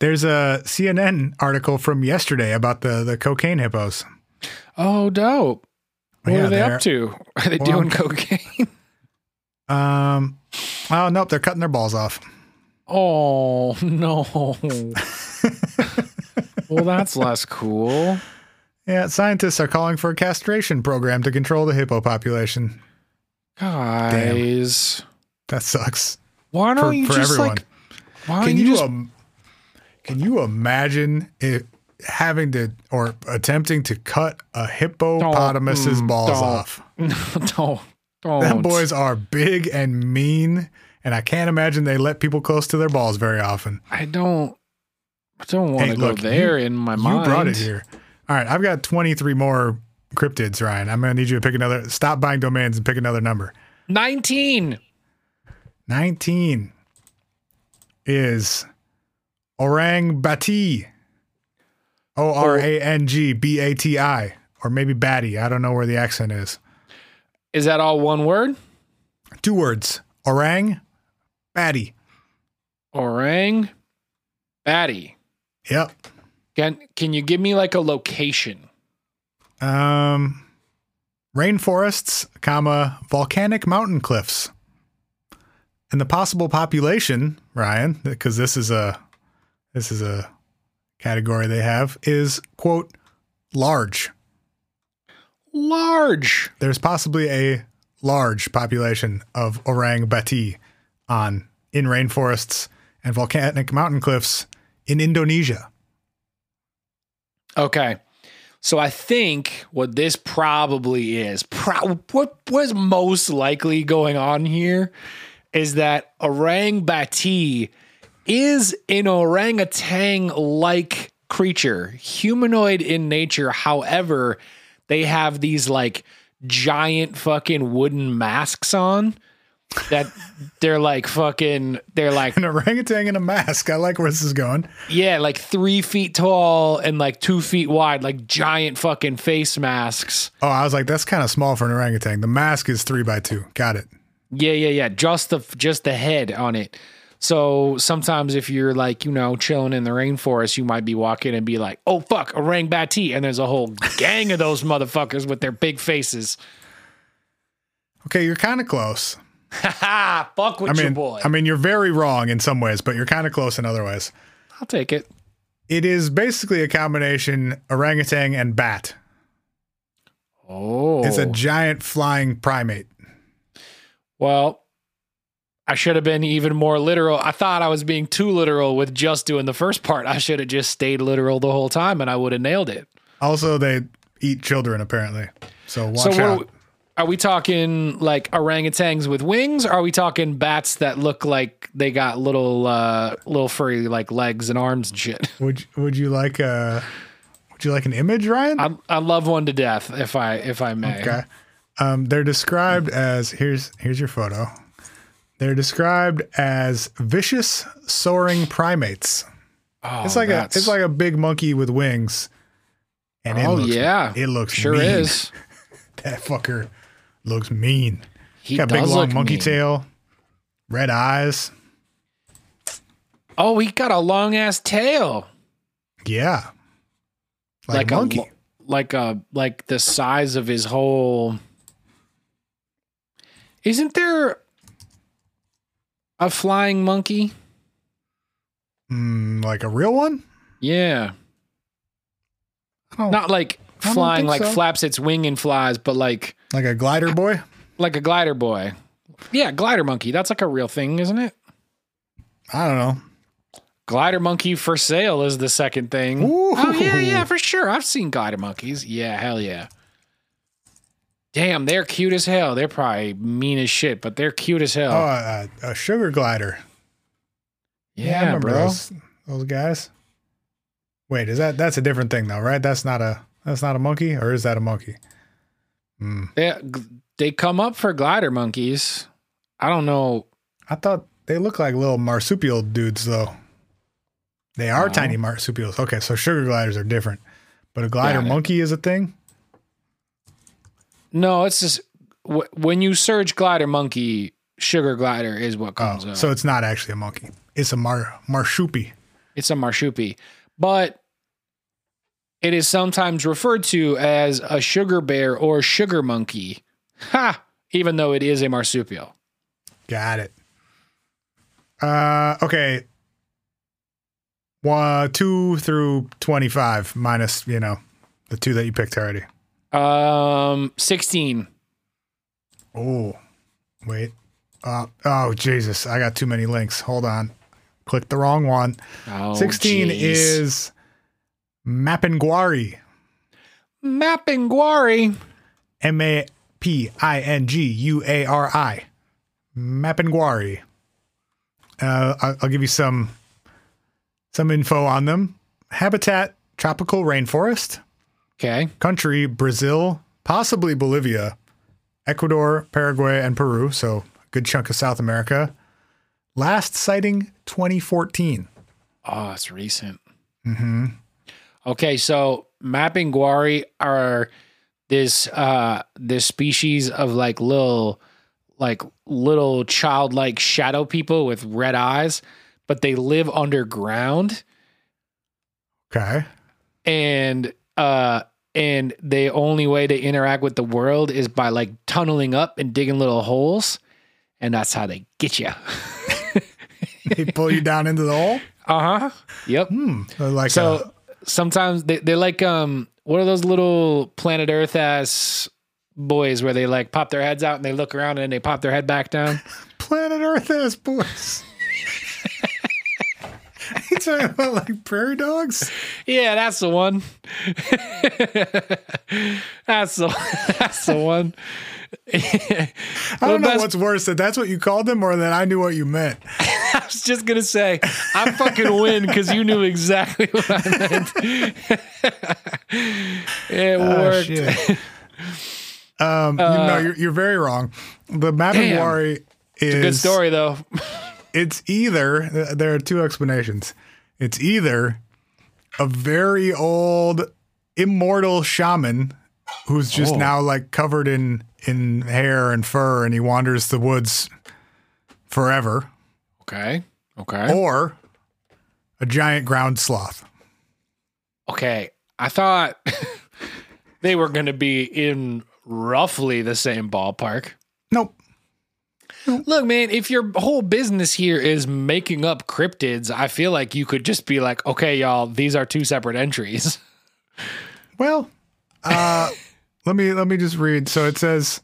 Speaker 1: There's a CNN article from yesterday about the the cocaine hippos.
Speaker 2: Oh, dope. What
Speaker 1: Yeah,
Speaker 2: are they
Speaker 1: they're-
Speaker 2: up to? Are they
Speaker 1: Well,
Speaker 2: doing cocaine?
Speaker 1: Um, oh nope, they're cutting their balls off.
Speaker 2: Oh no. well, that's less cool.
Speaker 1: Yeah, scientists are calling for a castration program to control the hippo population.
Speaker 2: Guys,
Speaker 1: That sucks
Speaker 2: why don't
Speaker 1: for,
Speaker 2: you
Speaker 1: for
Speaker 2: just
Speaker 1: everyone.
Speaker 2: like why don't
Speaker 1: Can
Speaker 2: you,
Speaker 1: you,
Speaker 2: just
Speaker 1: um, can you imagine it having to or attempting to cut a hippopotamus's
Speaker 2: mm,
Speaker 1: balls
Speaker 2: don't.
Speaker 1: off?
Speaker 2: don't don't
Speaker 1: Them boys are big and mean, and I can't imagine they let people close to their balls very often.
Speaker 2: I don't I don't want to
Speaker 1: Hey,
Speaker 2: go
Speaker 1: look, you-
Speaker 2: there in my mind.
Speaker 1: You brought it here. All right, I've got 23 more cryptids, Ryan. I'm gonna need you to pick another. Stop buying domains and pick another number.
Speaker 2: 19.
Speaker 1: 19 is orang bati. O R A N G B A T I. Or maybe batty. I don't know where the accent is.
Speaker 2: Is that all one word?
Speaker 1: Two words orang batty.
Speaker 2: Orang Batty.
Speaker 1: Yep.
Speaker 2: Can can you give me like a location?
Speaker 1: Um, rainforests, comma, volcanic mountain cliffs. And the possible population, Ryan, because this is a this is a category they have, is quote large.
Speaker 2: Large.
Speaker 1: there's possibly a large population of orang bati on in rainforests and volcanic mountain cliffs in Indonesia.
Speaker 2: Okay. So I think what this probably is, pro- what was most likely going on here is that Orang Bati is an orangutan like creature, humanoid in nature. However, they have these like giant fucking wooden masks on that they're like fucking, they're like
Speaker 1: An orangutan in a mask. I like where this is going.
Speaker 2: yeah, like three feet tall and like two feet wide, like giant fucking face masks.
Speaker 1: Oh, I was like, that's kind of small for an orangutan. The mask is three by two. Got it.
Speaker 2: Yeah, yeah, yeah. Just the just the head on it. So sometimes if you're like you know chilling in the rainforest, you might be walking and be like, oh fuck, orang bati, and there's a whole gang of those motherfuckers with their big faces.
Speaker 1: Okay, you're kind of close.
Speaker 2: Ha! Fuck with
Speaker 1: I
Speaker 2: your
Speaker 1: mean,
Speaker 2: boy.
Speaker 1: I mean, you're very wrong in some ways, but you're kind of close in other ways.
Speaker 2: I'll take it.
Speaker 1: It is basically a combination orangutan and bat.
Speaker 2: Oh,
Speaker 1: It's a giant flying primate.
Speaker 2: well. I should have been even more literal. I thought I was being too literal with just doing the first part. I should have just stayed literal the whole time, and I would have nailed it.
Speaker 1: Also, they eat children apparently. So
Speaker 2: So
Speaker 1: watch
Speaker 2: what are we,
Speaker 1: out.
Speaker 2: are we talking like orangutans with wings? Or are we talking bats that look like they got little uh little furry like legs and arms and shit?
Speaker 1: Would would you like a would you like an image, Ryan?
Speaker 2: I I love one to death if I if I may.
Speaker 1: Okay. Um, they're described as here's here's your photo. They're described as vicious soaring primates.
Speaker 2: Oh,
Speaker 1: It's like a
Speaker 2: that's-
Speaker 1: it's like a big monkey with wings. And it
Speaker 2: Oh
Speaker 1: looks,
Speaker 2: yeah.
Speaker 1: it looks
Speaker 2: sure
Speaker 1: mean.
Speaker 2: is.
Speaker 1: That fucker looks mean.
Speaker 2: He
Speaker 1: Got a big
Speaker 2: does
Speaker 1: long
Speaker 2: look
Speaker 1: monkey
Speaker 2: mean.
Speaker 1: tail, red eyes.
Speaker 2: Oh, he got a long ass tail.
Speaker 1: Yeah, like,
Speaker 2: a
Speaker 1: a monkey.
Speaker 2: lo- like a like the size of his whole Isn't there a flying monkey?
Speaker 1: Mm, like a real one.
Speaker 2: Yeah.
Speaker 1: Oh,
Speaker 2: not like
Speaker 1: I don't
Speaker 2: flying
Speaker 1: think
Speaker 2: like
Speaker 1: so.
Speaker 2: flaps its wing and flies but like
Speaker 1: like a glider boy.
Speaker 2: like a glider boy yeah glider monkey that's like a real thing isn't it
Speaker 1: I don't know.
Speaker 2: glider monkey for sale is the second thing
Speaker 1: Ooh.
Speaker 2: oh yeah yeah for sure i've seen glider monkeys yeah hell yeah damn they're cute as hell they're probably mean as shit but they're cute as hell
Speaker 1: Oh, uh, a sugar glider. I
Speaker 2: yeah
Speaker 1: remember
Speaker 2: bro
Speaker 1: Those, those guys. Wait, is that that's a different thing though, right? That's not a that's not a monkey, or is that a monkey? Hmm.
Speaker 2: they, they come up for glider monkeys i don't know
Speaker 1: I thought they look like little marsupial dudes though. They are tiny marsupials. Okay, so sugar gliders are different, but a glider
Speaker 2: Got it.
Speaker 1: monkey is a thing.
Speaker 2: no it's just wh- when you search glider monkey sugar glider is what
Speaker 1: Oh,
Speaker 2: comes up
Speaker 1: so it's not actually a monkey. It's a mar marsupi.
Speaker 2: It's a marshupi, but it is sometimes referred to as a sugar bear or sugar monkey. Ha! Even though it is a marsupial.
Speaker 1: Got it. Uh, okay. One, two through twenty-five minus you know the two that you picked already.
Speaker 2: Um, sixteen.
Speaker 1: Oh, wait. Uh, oh, Jesus. I got too many links. Hold on. Click the wrong one.
Speaker 2: Oh,
Speaker 1: 16
Speaker 2: jeez.
Speaker 1: is Mapinguari.
Speaker 2: Mapinguari.
Speaker 1: M A P I N G U A R I. Mapinguari. Uh, I- I'll give you some some info on them. Habitat: tropical rainforest.
Speaker 2: Okay.
Speaker 1: Country: Brazil, possibly Bolivia, Ecuador, Paraguay, and Peru. So a good chunk of South America. Last sighting 2014.
Speaker 2: Oh, it's recent. Mm-hmm. Okay, so Mapinguari are this uh this species of like little like little childlike shadow people with red eyes, but they live underground
Speaker 1: Okay.
Speaker 2: and uh and the only way to interact with the world is by like tunneling up and digging little holes, and that's how they get you.
Speaker 1: they pull you down into the hole.
Speaker 2: uh huh. Yep.
Speaker 1: Hmm. They're Like
Speaker 2: So sometimes they, they're like, um, what are those little planet Earth ass boys where they like pop their heads out and they look around and then they pop their head back down?
Speaker 1: a planet Earth ass boys. You talking about like prairie dogs?
Speaker 2: Yeah, that's the one. that's the that's the one.
Speaker 1: I don't know
Speaker 2: that's-
Speaker 1: what's worse that that's what you called them or that I knew what you meant.
Speaker 2: I was just gonna say I fucking win because you knew exactly what I meant. it worked.
Speaker 1: um, you,
Speaker 2: Uh,
Speaker 1: no, you're, you're very wrong. The Mapinguari is
Speaker 2: Good story though.
Speaker 1: It's either th- there are two explanations. It's either a very old immortal shaman who's just now like covered in in hair and fur and he wanders the woods forever
Speaker 2: Okay. Okay.
Speaker 1: or a giant ground sloth.
Speaker 2: Okay. I thought they were going to be in roughly the same ballpark.
Speaker 1: Nope.
Speaker 2: Look, man, if your whole business here is making up cryptids, I feel like you could just be like, okay, y'all, these are two separate entries.
Speaker 1: Well, uh, let me let me just read. So it says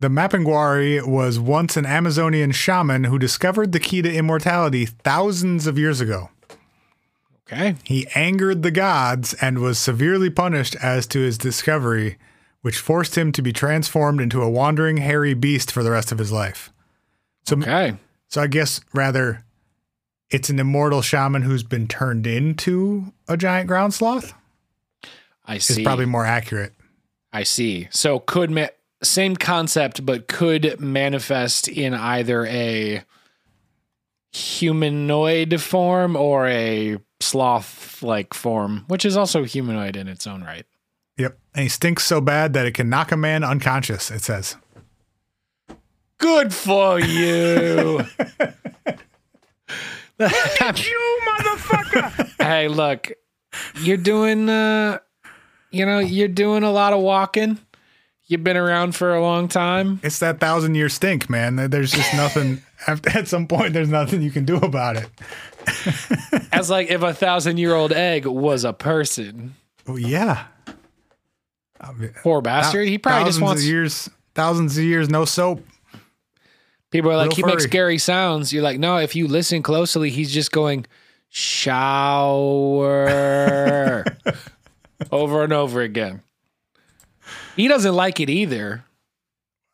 Speaker 1: the Mapinguari was once an Amazonian shaman who discovered the key to immortality thousands of years ago.
Speaker 2: Okay.
Speaker 1: He angered the gods and was severely punished as to his discovery, which forced him to be transformed into a wandering hairy beast for the rest of his life.
Speaker 2: Okay.
Speaker 1: So I guess rather it's an immortal shaman who's been turned into a giant ground sloth
Speaker 2: I
Speaker 1: is
Speaker 2: see.
Speaker 1: probably more accurate.
Speaker 2: I see. So could ma- same concept, but could manifest in either a humanoid form or a sloth-like form, which is also humanoid in its own right.
Speaker 1: Yep. And he stinks so bad that it can knock a man unconscious, it says.
Speaker 2: Good for you.
Speaker 4: You motherfucker!
Speaker 2: hey, look, you're doing, uh, you know, you're doing a lot of walking. You've been around for a long time.
Speaker 1: It's that thousand year stink, man. There's just nothing, at at some point, there's nothing you can do about it.
Speaker 2: That's like if a thousand-year-old egg was a person.
Speaker 1: Well, yeah. I mean,
Speaker 2: Poor bastard. He probably
Speaker 1: thousands
Speaker 2: just wants.
Speaker 1: of years, thousands of years, no soap.
Speaker 2: People are like,
Speaker 1: Real
Speaker 2: he makes
Speaker 1: furry.
Speaker 2: scary sounds. You're like, no, if you listen closely, he's just going, shower over and over again. He doesn't like it either.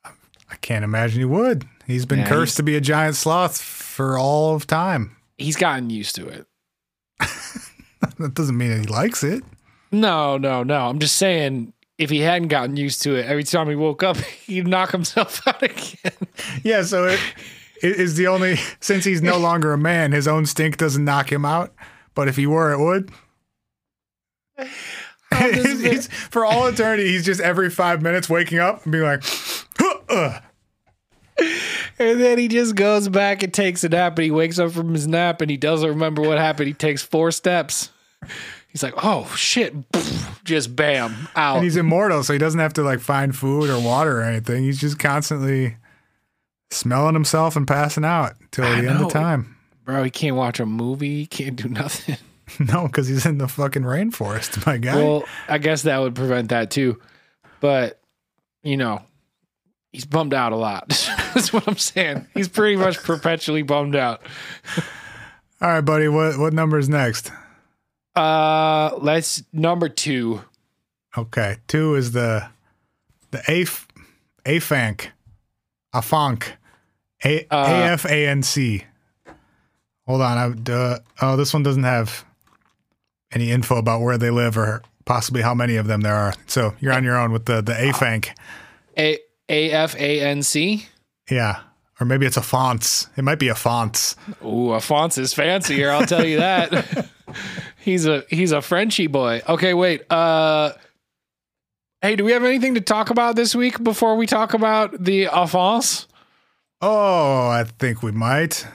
Speaker 1: I can't imagine he would. He's been
Speaker 2: Yeah,
Speaker 1: cursed
Speaker 2: he's-
Speaker 1: to be a giant sloth for all of time.
Speaker 2: He's gotten used to it.
Speaker 1: That doesn't mean that he likes it.
Speaker 2: No, no, no. I'm just saying, if he hadn't gotten used to it, every time he woke up, he'd knock himself out again.
Speaker 1: Yeah. So it, it is the only since he's no longer a man, his own stink doesn't knock him out. But if he were, it would. He's- he's- for all eternity, he's just every five minutes waking up and being like, "Huh, uh."
Speaker 2: And then he just goes back and takes a nap, and he wakes up from his nap, and he doesn't remember what happened. He takes four steps. He's like, "Oh shit!" Just bam out.
Speaker 1: and he's immortal, so he doesn't have to like find food or water or anything. He's just constantly smelling himself and passing out till the end
Speaker 2: know.
Speaker 1: of time.
Speaker 2: Bro, he can't watch a movie. He can't do nothing.
Speaker 1: No, because he's in the fucking rainforest, my guy.
Speaker 2: Well, I guess that would prevent that too. But you know, he's bummed out a lot. That's what I'm saying. He's pretty much perpetually bummed out.
Speaker 1: all right, buddy. What what number is next?
Speaker 2: Uh, let's number two.
Speaker 1: Okay, two is the the af afank afank a
Speaker 2: Uh,
Speaker 1: a f a n c. Hold on, I uh, oh this one doesn't have any info about where they live or possibly how many of them there are. So you're on your own with the the afank.
Speaker 2: A A F A N C.
Speaker 1: Yeah, or maybe it's a fonts. It might be a fonts.
Speaker 2: Ooh, Afonso is fancier. I'll tell you that. he's a he's a Frenchy boy. Okay, wait. Uh, hey, do we have anything to talk about this week before we talk about the Afonso?
Speaker 1: Oh, I think we might.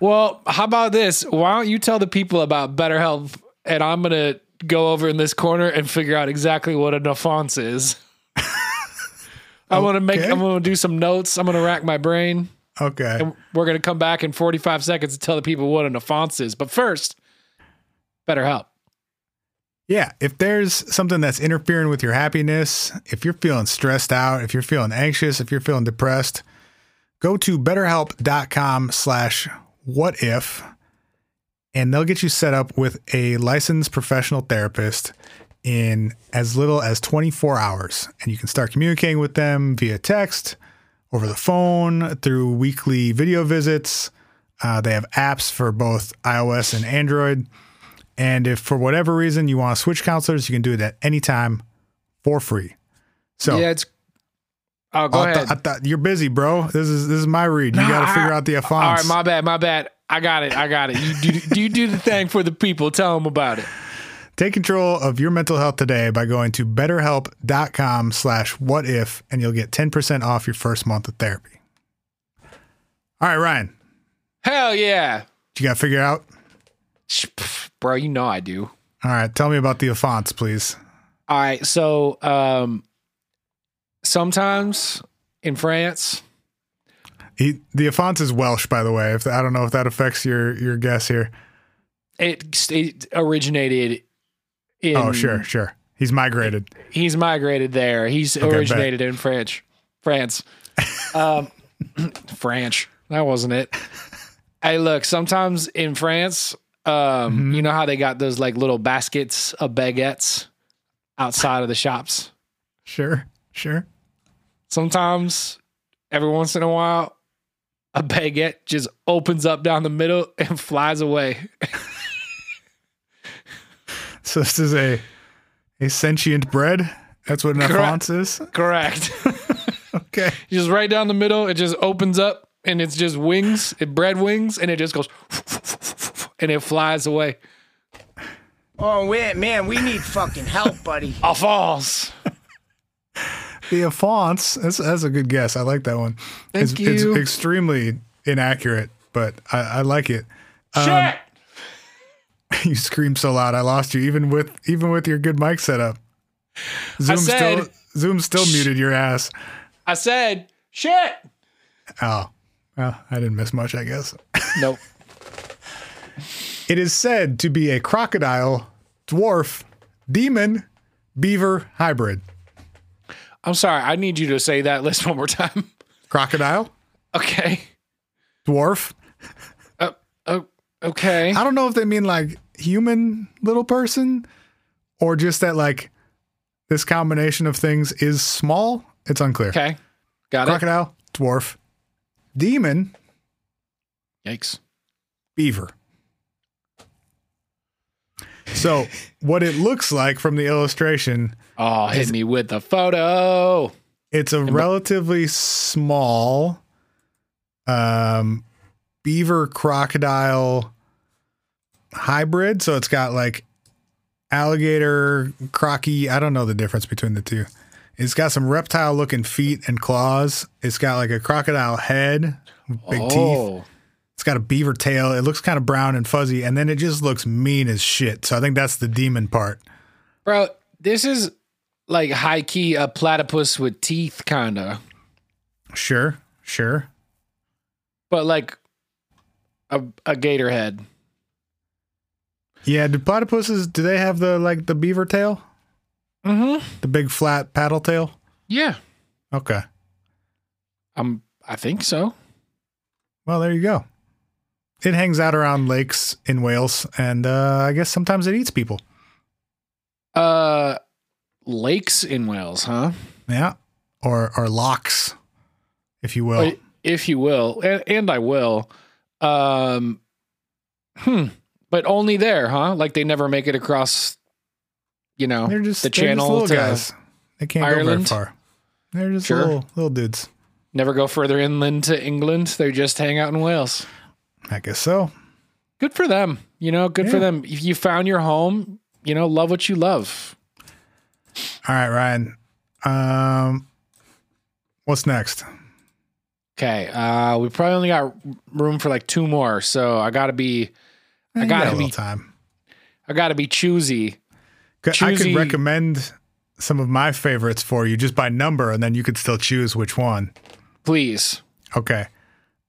Speaker 2: Well, how about this? Why don't you tell the people about BetterHelp, and I'm gonna go over in this corner and figure out exactly what an offense is. I want to make.
Speaker 1: Okay.
Speaker 2: I'm gonna do some notes. I'm gonna rack my brain.
Speaker 1: Okay.
Speaker 2: We're gonna come back in 45 seconds and tell the people what an offense is. But first, BetterHelp.
Speaker 1: Yeah, if there's something that's interfering with your happiness, if you're feeling stressed out, if you're feeling anxious, if you're feeling depressed, go to betterhelp.com slash what if and they'll get you set up with a licensed professional therapist in as little as 24 hours. And you can start communicating with them via text, over the phone, through weekly video visits. Uh, they have apps for both iOS and Android. And if for whatever reason you want to switch counselors, you can do it at any time for free. So
Speaker 2: yeah, it's. Oh, go
Speaker 1: I
Speaker 2: ahead.
Speaker 1: thought- I thought- you're busy, bro. This is this is my read. You
Speaker 2: Nah,
Speaker 1: got to figure
Speaker 2: I-
Speaker 1: out the fonts.
Speaker 2: All right, my bad, my bad. I got it. I got it. You do, do you do the thing for the people. Tell them about it.
Speaker 1: Take control of your mental health today by going to betterhelp.com slash what if, and you'll get 10% off your first month of therapy. All right, Ryan,
Speaker 2: Hell yeah,
Speaker 1: you got to figure out.
Speaker 2: Sh- pff, bro. You know I do.
Speaker 1: All right, tell me about the fonts, please.
Speaker 2: All right, so um, sometimes in France,
Speaker 1: He, the Affonts is Welsh, by the way. If I don't know if that affects your your guess here.
Speaker 2: it, it originated. In,
Speaker 1: Oh, sure, sure. He's migrated.
Speaker 2: He's migrated there. He's
Speaker 1: bet.
Speaker 2: originated in French, France, um, French. That wasn't it. Hey, look. Sometimes in France, um,
Speaker 1: Mm-hmm.
Speaker 2: you know how they got those like little baskets of baguettes outside of the shops.
Speaker 1: Sure, sure.
Speaker 2: Sometimes, every once in a while, a baguette just opens up down the middle and flies away.
Speaker 1: So this is a a sentient bread. That's what an
Speaker 2: Correct.
Speaker 1: Affonts is.
Speaker 2: Correct.
Speaker 1: Okay.
Speaker 2: just right down the middle. It just opens up and it's just wings, it bread wings, and it just goes and it flies away.
Speaker 4: Oh, wait, man, we need fucking help, buddy.
Speaker 2: I falls.
Speaker 1: The Affonts, that's, that's a good guess. I like that one.
Speaker 2: Thank
Speaker 1: it's,
Speaker 2: you.
Speaker 1: it's extremely inaccurate, but I, I like it.
Speaker 2: Shit.
Speaker 1: you scream so loud, I lost you. Even with even with your good mic setup, Zoom still
Speaker 2: said-
Speaker 1: Zoom still muted your ass.
Speaker 2: I said shit.
Speaker 1: Oh, well, I didn't miss much, I guess.
Speaker 2: Nope.
Speaker 1: It is said to be a crocodile, dwarf, demon, beaver hybrid.
Speaker 2: I'm sorry. I need you to say that list one more time.
Speaker 1: Crocodile,
Speaker 2: Okay.
Speaker 1: dwarf.
Speaker 2: Uh, oh, okay.
Speaker 1: I don't know if they mean like human little person, or just that like this combination of things is small. It's unclear.
Speaker 2: Okay. Got it.
Speaker 1: Crocodile, dwarf, demon,
Speaker 2: Yikes.
Speaker 1: beaver. So, what it looks like from the illustration,
Speaker 2: Oh, hit me with the photo.
Speaker 1: it's a relatively small um, beaver crocodile hybrid. So, it's got like alligator, crocky. I don't know the difference between the two. It's got some reptile looking feet and claws. It's got like a crocodile head, with big teeth.
Speaker 2: oh.
Speaker 1: It's got a beaver tail. It looks kind of brown and fuzzy, and then it just looks mean as shit. So I think that's the demon part.
Speaker 2: Bro, this is like high key a platypus with teeth, kind of.
Speaker 1: Sure, sure.
Speaker 2: but like a, a gator head.
Speaker 1: Yeah, do platypuses do they have the like the beaver tail,
Speaker 2: Mm-hmm.
Speaker 1: the big flat paddle tail?
Speaker 2: Yeah.
Speaker 1: Okay,
Speaker 2: Um, I think so.
Speaker 1: well there you go. It hangs out around lakes in Wales, and uh, I guess sometimes it eats people.
Speaker 2: Uh, lakes in Wales, huh?
Speaker 1: Oh. Yeah, or or locks, if you will.
Speaker 2: Uh, If you will, and, and I will. Um, hmm. But only there, huh? Like they never make it across. You know,
Speaker 1: They're just
Speaker 2: the
Speaker 1: they're just
Speaker 2: channel to
Speaker 1: little guys. They can't
Speaker 2: Ireland?
Speaker 1: go very far. They're just
Speaker 2: Sure.
Speaker 1: little little dudes.
Speaker 2: never go further inland to England. They just hang out in Wales.
Speaker 1: I guess so.
Speaker 2: Good for them. You know, good for
Speaker 1: Yeah.
Speaker 2: them. If you found your home, you know, love what you love.
Speaker 1: All right, Ryan. Um, what's next?
Speaker 2: Okay, uh, we probably only got room for like two more, so I gotta be, I
Speaker 1: You
Speaker 2: gotta
Speaker 1: a
Speaker 2: be,
Speaker 1: little time.
Speaker 2: I gotta be choosy.
Speaker 1: C- I
Speaker 2: Choosy-
Speaker 1: could recommend some of my favorites for you just by number, and then you could still choose which one.
Speaker 2: Please,
Speaker 1: Okay.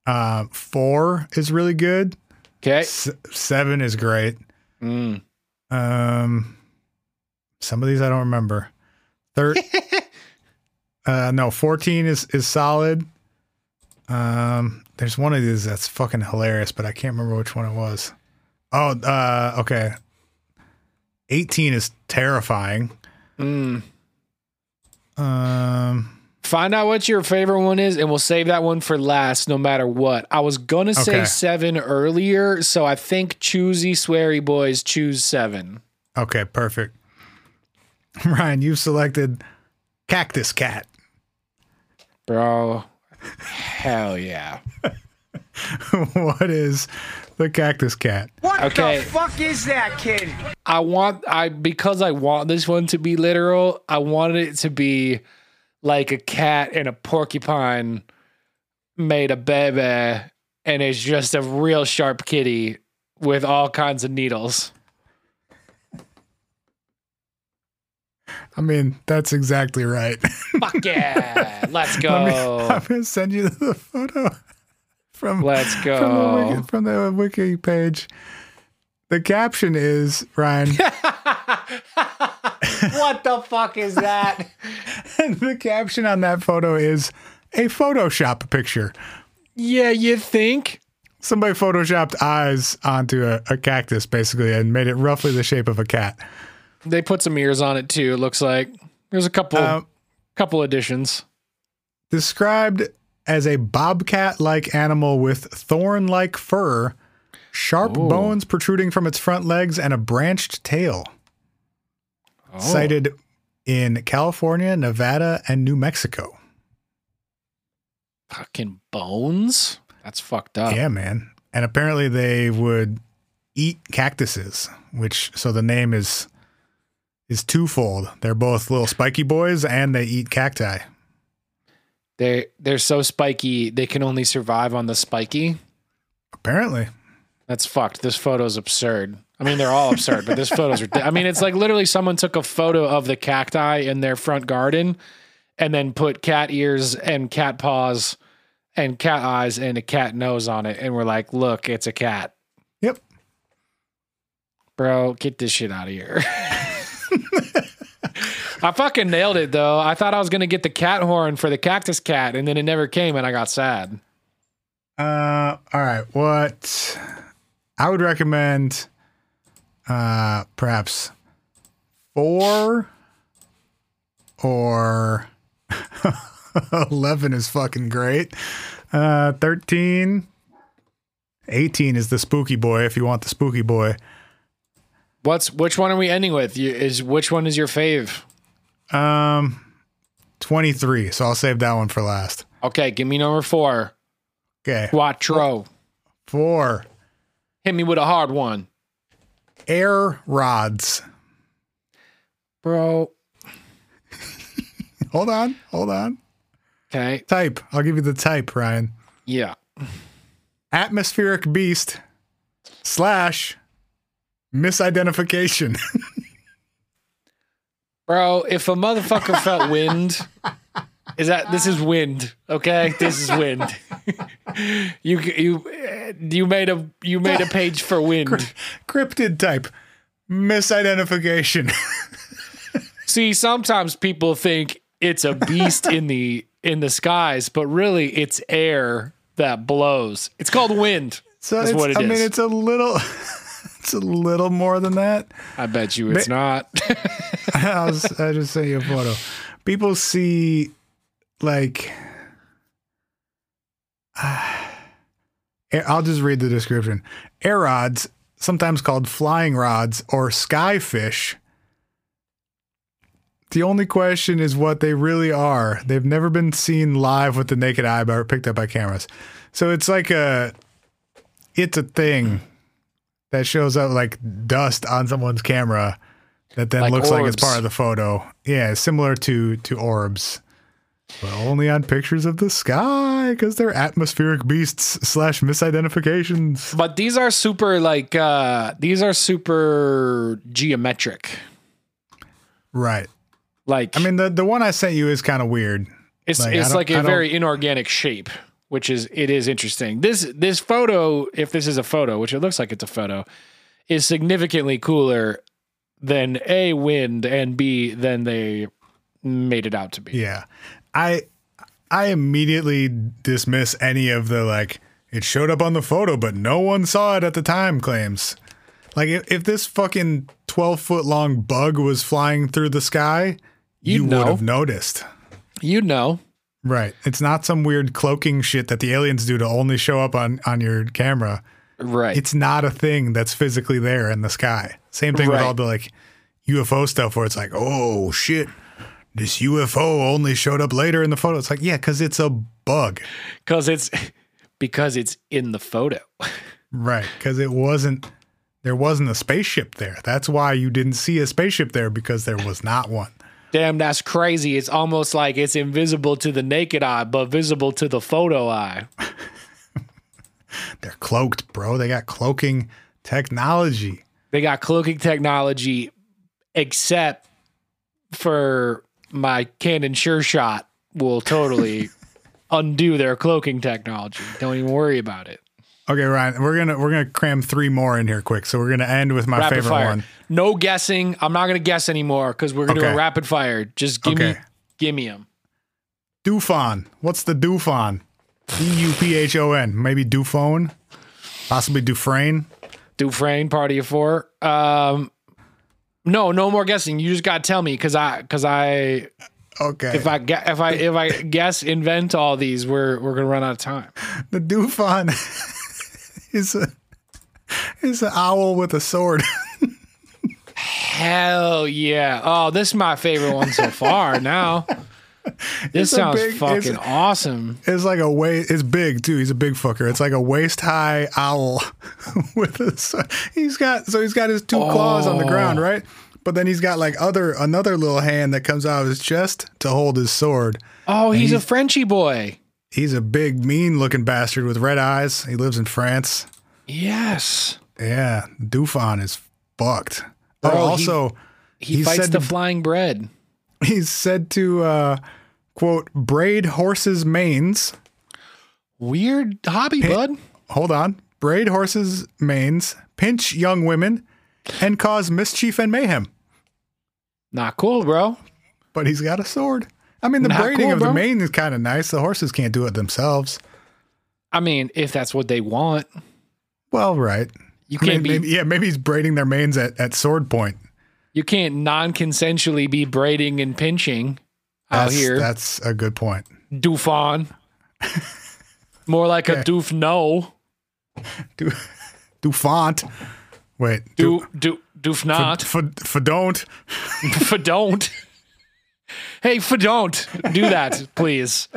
Speaker 1: Uh, four is really good.
Speaker 2: okay.
Speaker 1: S- seven is great.
Speaker 2: Mm.
Speaker 1: Um, some of these I don't remember. Thir- uh, no, fourteen is is solid. Um, there's one of these that's fucking hilarious, but I can't remember which one it was. Oh, uh, okay. 18 is terrifying. Um,
Speaker 2: Find out what your favorite one is, and we'll save that one for last, no matter what. I was gonna say
Speaker 1: Okay.
Speaker 2: seven earlier, so I think choosy sweary boys choose seven.
Speaker 1: okay, perfect. Ryan, you've selected Cactus Cat.
Speaker 2: Bro. Hell yeah.
Speaker 1: what is the Cactus Cat?
Speaker 4: What
Speaker 2: Okay.
Speaker 4: the fuck is that, kid?
Speaker 2: I want I because I want this one to be literal, I wanted it to be like a cat and a porcupine made a baby and it's just a real sharp kitty with all kinds of needles.
Speaker 1: I mean, that's exactly right.
Speaker 2: Fuck yeah. Let's
Speaker 1: I
Speaker 2: go.
Speaker 1: am gonna send you the photo from
Speaker 2: Let's
Speaker 1: from the, wiki,
Speaker 2: go.
Speaker 1: from the wiki page. The caption is Ryan.
Speaker 2: what the fuck is that?
Speaker 1: the caption on that photo is a Photoshop picture.
Speaker 2: yeah, you think?
Speaker 1: Somebody photoshopped eyes onto a, a cactus, basically, and made it roughly the shape of a cat.
Speaker 2: They put some ears on it too, it looks like. There's a couple
Speaker 1: Um,
Speaker 2: couple additions.
Speaker 1: described as a bobcat like animal with thorn like fur, sharp
Speaker 2: Ooh.
Speaker 1: bones protruding from its front legs, and a branched tail.
Speaker 2: Oh.
Speaker 1: Cited in California, Nevada, and New Mexico.
Speaker 2: fucking bones. That's fucked up.
Speaker 1: Yeah, man. And apparently they would eat cactuses, which so the name is is twofold. They're both little spiky boys and they eat cacti.
Speaker 2: They they're so spiky they can only survive on the spiky.
Speaker 1: Apparently.
Speaker 2: That's fucked. This photo's absurd. I mean, they're all absurd, but this photo's ridiculous. I mean, it's like literally someone took a photo of the cacti in their front garden and then put cat ears and cat paws and cat eyes and a cat nose on it and we're like, "Look, it's a cat."
Speaker 1: Yep.
Speaker 2: Bro, get this shit out of here. I fucking nailed it though. I thought I was going to get the cat horn for the cactus cat and then it never came and I got sad.
Speaker 1: Uh all right. What I would recommend uh perhaps four or eleven is fucking great. Uh thirteen. 18 is the spooky boy if you want the spooky boy.
Speaker 2: What's which one are we ending with? You, is which one is your fave?
Speaker 1: Um, 23. So I'll save that one for last.
Speaker 2: Okay, give me number four.
Speaker 1: Okay.
Speaker 2: Quattro.
Speaker 1: Four
Speaker 2: Hit me with a hard one,
Speaker 1: air rods.
Speaker 2: bro.
Speaker 1: Hold on. Hold on.
Speaker 2: Okay,
Speaker 1: Type. I'll give you the type, Ryan.
Speaker 2: yeah.
Speaker 1: Atmospheric beast slash misidentification.
Speaker 2: Bro, if a motherfucker felt wind, is that this is wind? Okay, this is wind. you you eh, you made a you made a page for wind.
Speaker 1: Cryptid type. Misidentification.
Speaker 2: See, sometimes people think it's a beast in the in the skies, but really it's air that blows. It's called wind.
Speaker 1: So
Speaker 2: That's
Speaker 1: it's,
Speaker 2: what it
Speaker 1: I mean,
Speaker 2: is.
Speaker 1: it's a little, it's a little more than that.
Speaker 2: I bet you it's not.
Speaker 1: I'll, s- I'll just send you a photo. People see like I'll just read the description. Air rods, sometimes called flying rods or skyfish. The only question is what they really are. They've never been seen live with the naked eye but are picked up by cameras. So it's like a it's a thing that shows up like dust on someone's camera that then
Speaker 2: Like
Speaker 1: looks like it's
Speaker 2: orbs.
Speaker 1: part of the photo. Yeah, similar to to orbs. But only on pictures of the sky because they're atmospheric beasts slash misidentifications.
Speaker 2: But these are super like uh these are super geometric.
Speaker 1: Right.
Speaker 2: Like
Speaker 1: I mean, the, the one I sent you is kind of weird.
Speaker 2: it's
Speaker 1: like, I
Speaker 2: it's
Speaker 1: don't-
Speaker 2: like
Speaker 1: I
Speaker 2: a
Speaker 1: don't-
Speaker 2: very inorganic shape, which is it is interesting. This this photo, if this is a photo, which it looks like it's a photo, is significantly cooler than A wind and B than they made it out to be.
Speaker 1: Yeah. I I immediately dismiss any of the like it showed up on the photo but no one saw it at the time claims. Like if, if this fucking twelve foot long bug was flying through the sky,
Speaker 2: You'd
Speaker 1: you
Speaker 2: know.
Speaker 1: would have noticed.
Speaker 2: You know.
Speaker 1: Right. It's not some weird cloaking shit that the aliens do to only show up on on your camera.
Speaker 2: Right.
Speaker 1: It's not a thing that's physically there in the sky. Same thing with
Speaker 2: Right.
Speaker 1: all the like UFO stuff where it's like, "Oh shit, this UFO only showed up later in the photo." It's like, "Yeah, cuz it's a bug."
Speaker 2: Because it's because it's in the photo.
Speaker 1: Right, cuz it wasn't there wasn't a spaceship there. That's why you didn't see a spaceship there because there was not one.
Speaker 2: Damn, that's crazy. It's almost like it's invisible to the naked eye, but visible to the photo eye.
Speaker 1: They're cloaked, bro. They got cloaking technology.
Speaker 2: They got cloaking technology, except for my Canon Sure Shot will totally undo their cloaking technology. Don't even worry about it.
Speaker 1: Okay, Ryan, we're going to we're going to cram 3 more in here quick. So we're going to end with my
Speaker 2: Rapid
Speaker 1: favorite
Speaker 2: fire.
Speaker 1: one.
Speaker 2: No guessing. I'm not gonna guess anymore because we're gonna do
Speaker 1: Okay.
Speaker 2: a rapid fire. Just give me,
Speaker 1: Okay.
Speaker 2: give me them.
Speaker 1: Dufon. What's the Dufon? D U P H O N. Maybe Dufone, possibly Dufresne.
Speaker 2: Dufresne, party of four. Um, no, no more guessing. You just gotta tell me because I because I
Speaker 1: Okay.
Speaker 2: if I gue- if I if I guess invent all these, we're we're gonna run out of time.
Speaker 1: the Dufon is a is an owl with a sword.
Speaker 2: Hell yeah! Oh, this is my favorite one so far. Now, this
Speaker 1: It's a
Speaker 2: sounds
Speaker 1: big- it's-
Speaker 2: fucking awesome.
Speaker 1: It's like a way. It's big too. He's a big fucker. It's like a waist high owl with a. s- He's got so he's got his two claws on the ground, right? But then he's got like other another little hand that comes out of his chest to hold his sword.
Speaker 2: Oh, he's a Frenchy boy.
Speaker 1: He's a big, mean looking bastard with red eyes. He lives in France.
Speaker 2: Yes,
Speaker 1: Yeah, Dufon is fucked. oh,
Speaker 2: Bro, he-
Speaker 1: also,
Speaker 2: he
Speaker 1: He
Speaker 2: fights
Speaker 1: said
Speaker 2: the
Speaker 1: to-
Speaker 2: flying bread.
Speaker 1: he's said to uh, quote braid horses' manes.
Speaker 2: Weird hobby, bud.
Speaker 1: Hold on, braid horses' manes, pinch young women, and cause mischief and mayhem.
Speaker 2: Not cool, bro.
Speaker 1: But he's got a sword. I mean, the
Speaker 2: Not
Speaker 1: braiding
Speaker 2: cool,
Speaker 1: of
Speaker 2: bro.
Speaker 1: the mane is kind of nice. The horses can't do it themselves.
Speaker 2: I mean, if that's what they want,
Speaker 1: Well, right.
Speaker 2: you
Speaker 1: I
Speaker 2: can't
Speaker 1: mean,
Speaker 2: be
Speaker 1: maybe, yeah, maybe he's braiding their manes at, at sword point.
Speaker 2: you can't non-consensually be braiding and pinching out
Speaker 1: That's,
Speaker 2: here.
Speaker 1: that's a good point.
Speaker 2: doof on. More like a doof no.
Speaker 1: Do, do font. Wait.
Speaker 2: Do do doof not.
Speaker 1: for, for don't.
Speaker 2: For don't. Hey, for don't do that, please.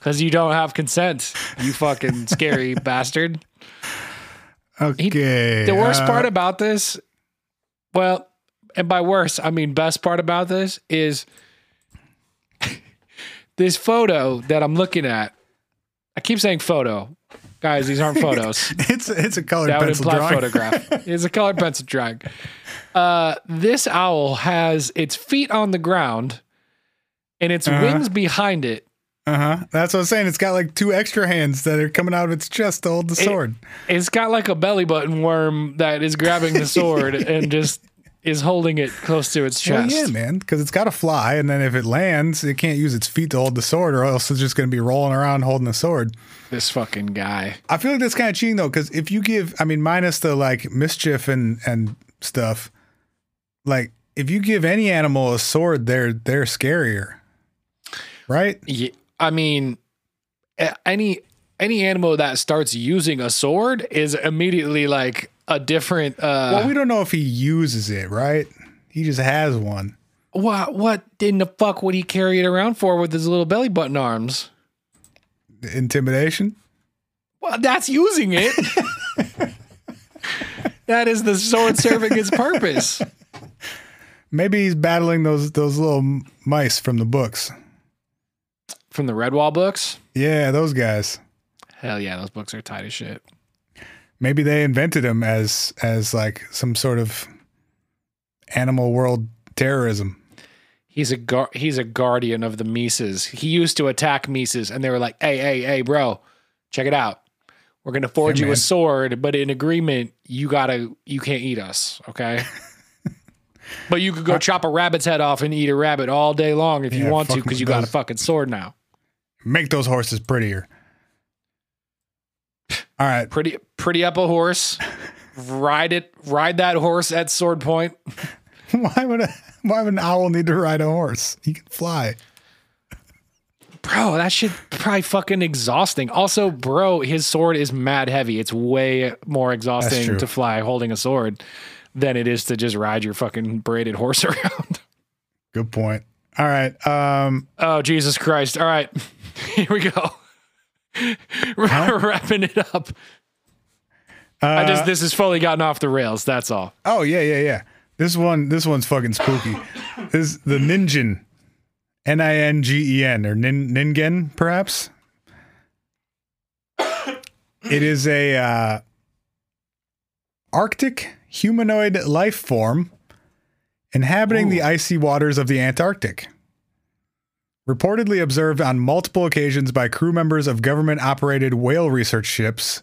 Speaker 2: Cause you don't have consent, you fucking scary bastard.
Speaker 1: Okay.
Speaker 2: The worst
Speaker 1: uh,
Speaker 2: part about this, well, and by worst, I mean best part about this is this photo that I'm looking at. I keep saying photo. Guys, these aren't photos.
Speaker 1: It's it's a colored
Speaker 2: that would
Speaker 1: pencil
Speaker 2: imply
Speaker 1: drawing.
Speaker 2: photograph. It's a colored pencil drawing. Uh, this owl has its feet on the ground and its
Speaker 1: Uh-huh.
Speaker 2: wings behind it.
Speaker 1: Uh huh. That's what I'm saying. It's got like two extra hands that are coming out of its chest to hold the sword.
Speaker 2: It's got like a belly button worm that is grabbing the sword and just is holding it close to its
Speaker 1: Well,
Speaker 2: chest.
Speaker 1: Oh, yeah, man, because it's got to fly, and then if it lands, it can't use its feet to hold the sword, or else it's just going to be rolling around holding the sword.
Speaker 2: This fucking guy.
Speaker 1: I feel like that's kind of cheating though, because if you give, I mean, minus the like mischief and and stuff, like if you give any animal a sword, they're they're scarier, right?
Speaker 2: Yeah, I mean, a- any any animal that starts using a sword is immediately like a different. Uh,
Speaker 1: well, we don't know if he uses it, right? He just has one.
Speaker 2: what what in the fuck would he carry it around for with his little belly button arms?
Speaker 1: Intimidation.
Speaker 2: Well, that's using it. that is the sword serving its purpose.
Speaker 1: Maybe he's battling those those little m- mice from the books.
Speaker 2: From the Redwall books.
Speaker 1: Yeah, those guys.
Speaker 2: Hell yeah, those books are tight as shit.
Speaker 1: Maybe they invented him as as like some sort of animal world terrorism.
Speaker 2: He's a gar- he's a guardian of the Mises. He used to attack Mises, and they were like, "Hey, hey, hey, bro, check it out. We're gonna forge
Speaker 1: Yeah,
Speaker 2: you
Speaker 1: man.
Speaker 2: a sword, but in agreement, you gotta you can't eat us, okay? but you could go chop a rabbit's head off and eat a rabbit all day long if
Speaker 1: Yeah,
Speaker 2: you want to,
Speaker 1: fucking
Speaker 2: because you got a
Speaker 1: does.
Speaker 2: fucking sword now.
Speaker 1: Make those horses prettier. All right,
Speaker 2: Pretty pretty up a horse. ride it, ride that horse at sword point.
Speaker 1: Why would a, why would an owl need to ride a horse? He can fly.
Speaker 2: Bro, that shit probably fucking exhausting. Also, bro, his sword is mad heavy. It's way more exhausting
Speaker 1: true.
Speaker 2: to fly holding a sword than it is to just ride your fucking braided horse around.
Speaker 1: Good point. All right. Um,
Speaker 2: Oh, Jesus Christ. All right. Here we go. We're wrapping it up. I
Speaker 1: Uh,
Speaker 2: just this has fully gotten off the rails. That's all.
Speaker 1: oh yeah, yeah, yeah. This one, this one's fucking spooky. this is the Ninjin, N I N G E N or nin, Ningen, perhaps. It is a uh, Arctic humanoid life form inhabiting the icy waters of the Antarctic. Reportedly observed on multiple occasions by crew members of government operated whale research ships,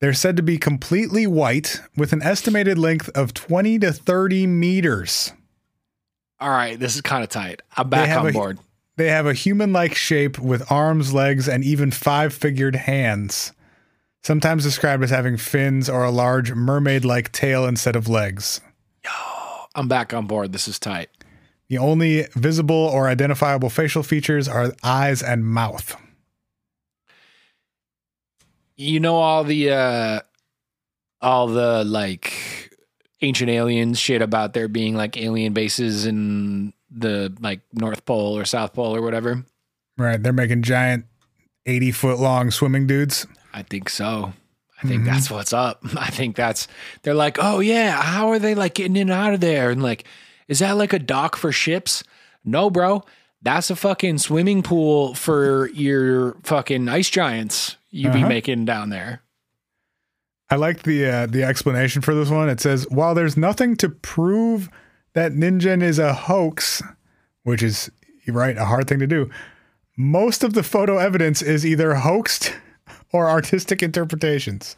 Speaker 1: they're said to be completely white with an estimated length of 20 to 30 meters.
Speaker 2: All right, this is kind of tight. I'm back
Speaker 1: have
Speaker 2: on
Speaker 1: a-
Speaker 2: board.
Speaker 1: They have a human like shape with arms, legs, and even five figured hands, sometimes described as having fins or a large mermaid like tail instead of legs.
Speaker 2: I'm back on board. This is tight.
Speaker 1: The only visible or identifiable facial features are eyes and mouth.
Speaker 2: You know all the uh all the like ancient aliens shit about there being like alien bases in the like North Pole or South Pole or whatever?
Speaker 1: Right. They're making giant 80 foot long swimming dudes.
Speaker 2: I think so. I think that's what's up. I think that's they're like, oh yeah, how are they like getting in and out of there? And like, is that like a dock for ships? No, bro. That's a fucking swimming pool for your fucking ice giants you be
Speaker 1: Uh-huh.
Speaker 2: making down there.
Speaker 1: I like the uh, the explanation for this one. It says while there's nothing to prove that Ninjen is a hoax, which is you're right a hard thing to do, most of the photo evidence is either hoaxed or artistic interpretations.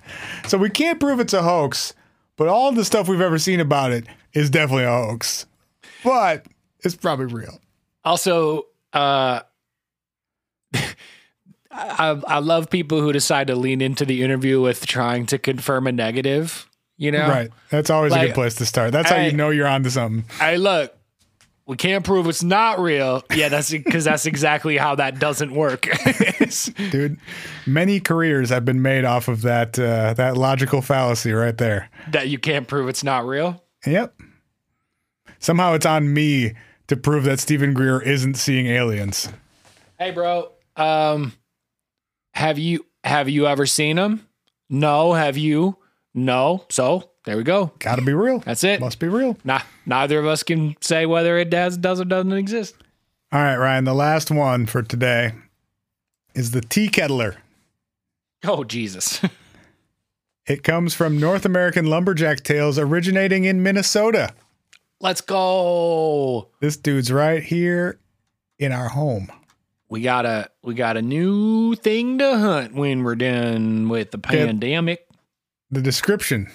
Speaker 1: So we can't prove it's a hoax, but all the stuff we've ever seen about it is definitely a hoax. But it's probably real.
Speaker 2: Also, uh I, I love people who decide to lean into the interview with trying to confirm a negative, you know?
Speaker 1: Right. That's always a
Speaker 2: Like,
Speaker 1: good place to start. That's how
Speaker 2: I-
Speaker 1: you know you're onto something.
Speaker 2: hey, look, we can't prove it's not real. Yeah, that's because that's exactly how that doesn't work.
Speaker 1: dude. Many careers have been made off of that uh, that logical fallacy right there.
Speaker 2: that you can't prove it's not real.
Speaker 1: Yep. Somehow it's on me to prove that Stephen Greer isn't seeing aliens.
Speaker 2: Hey, bro, um, have you have you ever seen him? No, have you? No. So there we go.
Speaker 1: Got to be real.
Speaker 2: That's it.
Speaker 1: Must be real.
Speaker 2: Nah, neither of us can say whether it does does or doesn't exist.
Speaker 1: All right, Ryan. The last one for today is the tea kettler.
Speaker 2: Oh Jesus!
Speaker 1: It comes from North American lumberjack tales originating in Minnesota.
Speaker 2: Let's go.
Speaker 1: This dude's right here in our home.
Speaker 2: We got a we got a new thing to hunt when we're done with the pandemic.
Speaker 1: The description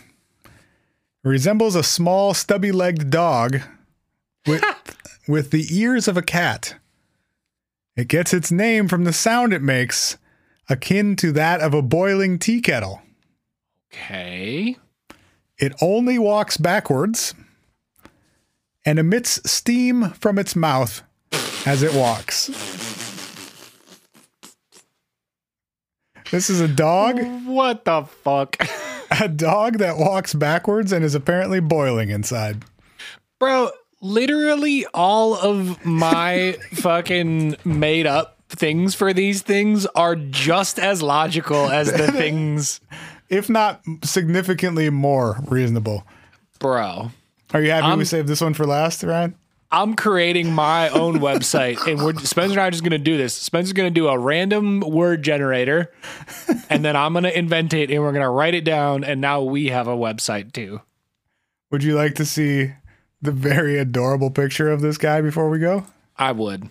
Speaker 1: resembles a small, stubby legged dog with, with the ears of a cat. It gets its name from the sound it makes, akin to that of a boiling tea kettle.
Speaker 2: Okay.
Speaker 1: It only walks backwards and emits steam from its mouth as it walks. This is a dog.
Speaker 2: Oh. What the fuck?
Speaker 1: a dog that walks backwards and is apparently boiling inside.
Speaker 2: Bro, literally all of my fucking made up things for these things are just as logical as the things,
Speaker 1: If not significantly more reasonable.
Speaker 2: bro.
Speaker 1: Are you happy
Speaker 2: I'm-
Speaker 1: we saved this one for last, Ryan?
Speaker 2: I'm creating my own website, and we're Spencer and I are just gonna do this. Spencer's gonna do a random word generator, and then I'm gonna invent it, and we're gonna write it down, and now we have a website too.
Speaker 1: Would you like to see the very adorable picture of this guy before we go?
Speaker 2: I would.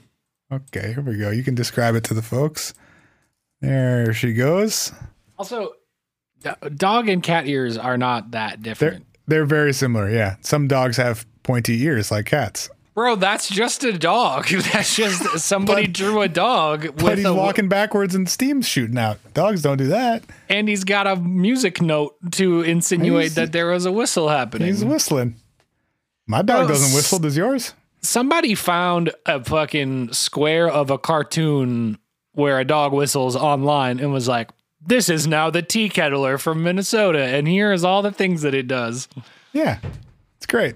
Speaker 1: Okay, here we go. You can describe it to the folks. There she goes.
Speaker 2: Also, d- dog and cat ears are not that
Speaker 1: They're
Speaker 2: different.
Speaker 1: they're very similar, yeah. Some dogs have pointy ears like cats.
Speaker 2: Bro, that's just a dog. That's just somebody
Speaker 1: But-
Speaker 2: drew a dog with
Speaker 1: But he's
Speaker 2: a
Speaker 1: walking backwards and steam's shooting out. Dogs don't do that.
Speaker 2: and he's got a music note to insinuate
Speaker 1: He's-
Speaker 2: that there was a whistle happening.
Speaker 1: He's whistling. My dog
Speaker 2: Bro,
Speaker 1: doesn't
Speaker 2: s-
Speaker 1: whistle. Does yours?
Speaker 2: Somebody found a fucking square of a cartoon where a dog whistles online and was like, "This is now the tea kettler from Minnesota, and here is all the things that it does."
Speaker 1: Yeah, it's great.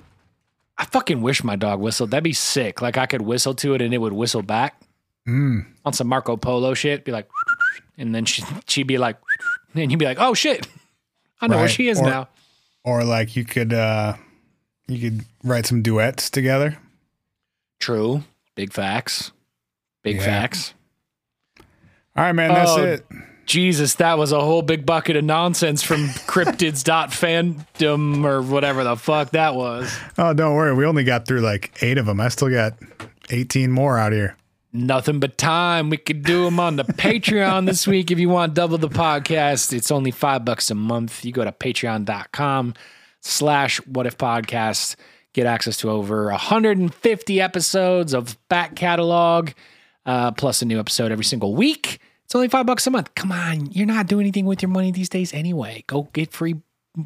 Speaker 2: I fucking wish my dog whistled. That'd be sick. Like I could whistle to it and it would whistle back
Speaker 1: Hmm.
Speaker 2: on some Marco Polo shit. Be like, and then she she'd be like, and you'd be like, "Oh shit, I know where
Speaker 1: Right.
Speaker 2: she is
Speaker 1: Or-
Speaker 2: now."
Speaker 1: Or like you could uh you could write some duets together.
Speaker 2: True. Big facts. Big
Speaker 1: Yeah.
Speaker 2: facts.
Speaker 1: All right, man, that's
Speaker 2: Oh,
Speaker 1: it.
Speaker 2: Jesus, that was a whole big bucket of nonsense from cryptids.fandom or whatever the fuck that was.
Speaker 1: Oh, don't worry. We only got through like eight of them. I still got 18 more out here.
Speaker 2: Nothing but time. We could do them on the Patreon this week if you want double the podcast. It's only five bucks a month. You go to patreon.com slash what if podcast. Get access to over 150 episodes of back catalog, uh, plus a new episode every single week. It's only five bucks a month. Come on, you're not doing anything with your money these days anyway. Go get free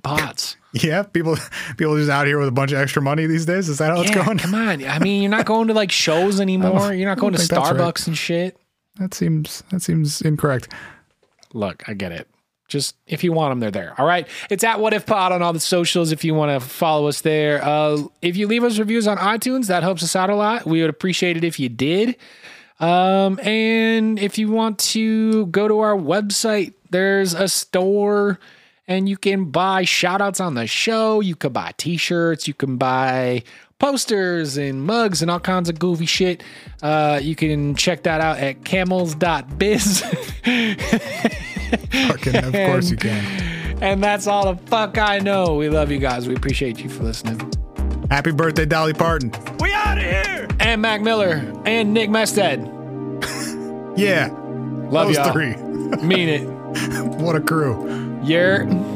Speaker 2: pots.
Speaker 1: Yeah, people people just out here with a bunch of extra money these days. Is that how it's
Speaker 2: Yeah,
Speaker 1: going?
Speaker 2: Come on. I mean, you're not going to like shows anymore. You're not going to
Speaker 1: think that's
Speaker 2: Starbucks
Speaker 1: right.
Speaker 2: and shit.
Speaker 1: That seems that seems incorrect.
Speaker 2: look, I get it. Just if you want them, they're there. All right. It's at What If Pod on all the socials if you want to follow us there. Uh, if you leave us reviews on iTunes, that helps us out a lot. We would appreciate it if you did. Um, and if you want to go to our website, there's a store and you can buy shout outs on the show. You could buy t shirts. You can buy posters and mugs and all kinds of goofy shit. Uh, you can check that out at camels.biz.
Speaker 1: Fucking, of course you can.
Speaker 2: And that's all the fuck I know. We love you guys. We appreciate you for listening.
Speaker 1: Happy birthday, Dolly Parton.
Speaker 4: We out of here!
Speaker 2: And Mac Miller and Nick Mestad.
Speaker 1: Yeah,
Speaker 2: Love
Speaker 1: those
Speaker 2: y'all.
Speaker 1: three.
Speaker 2: Mean it.
Speaker 1: What a crew.
Speaker 2: You're.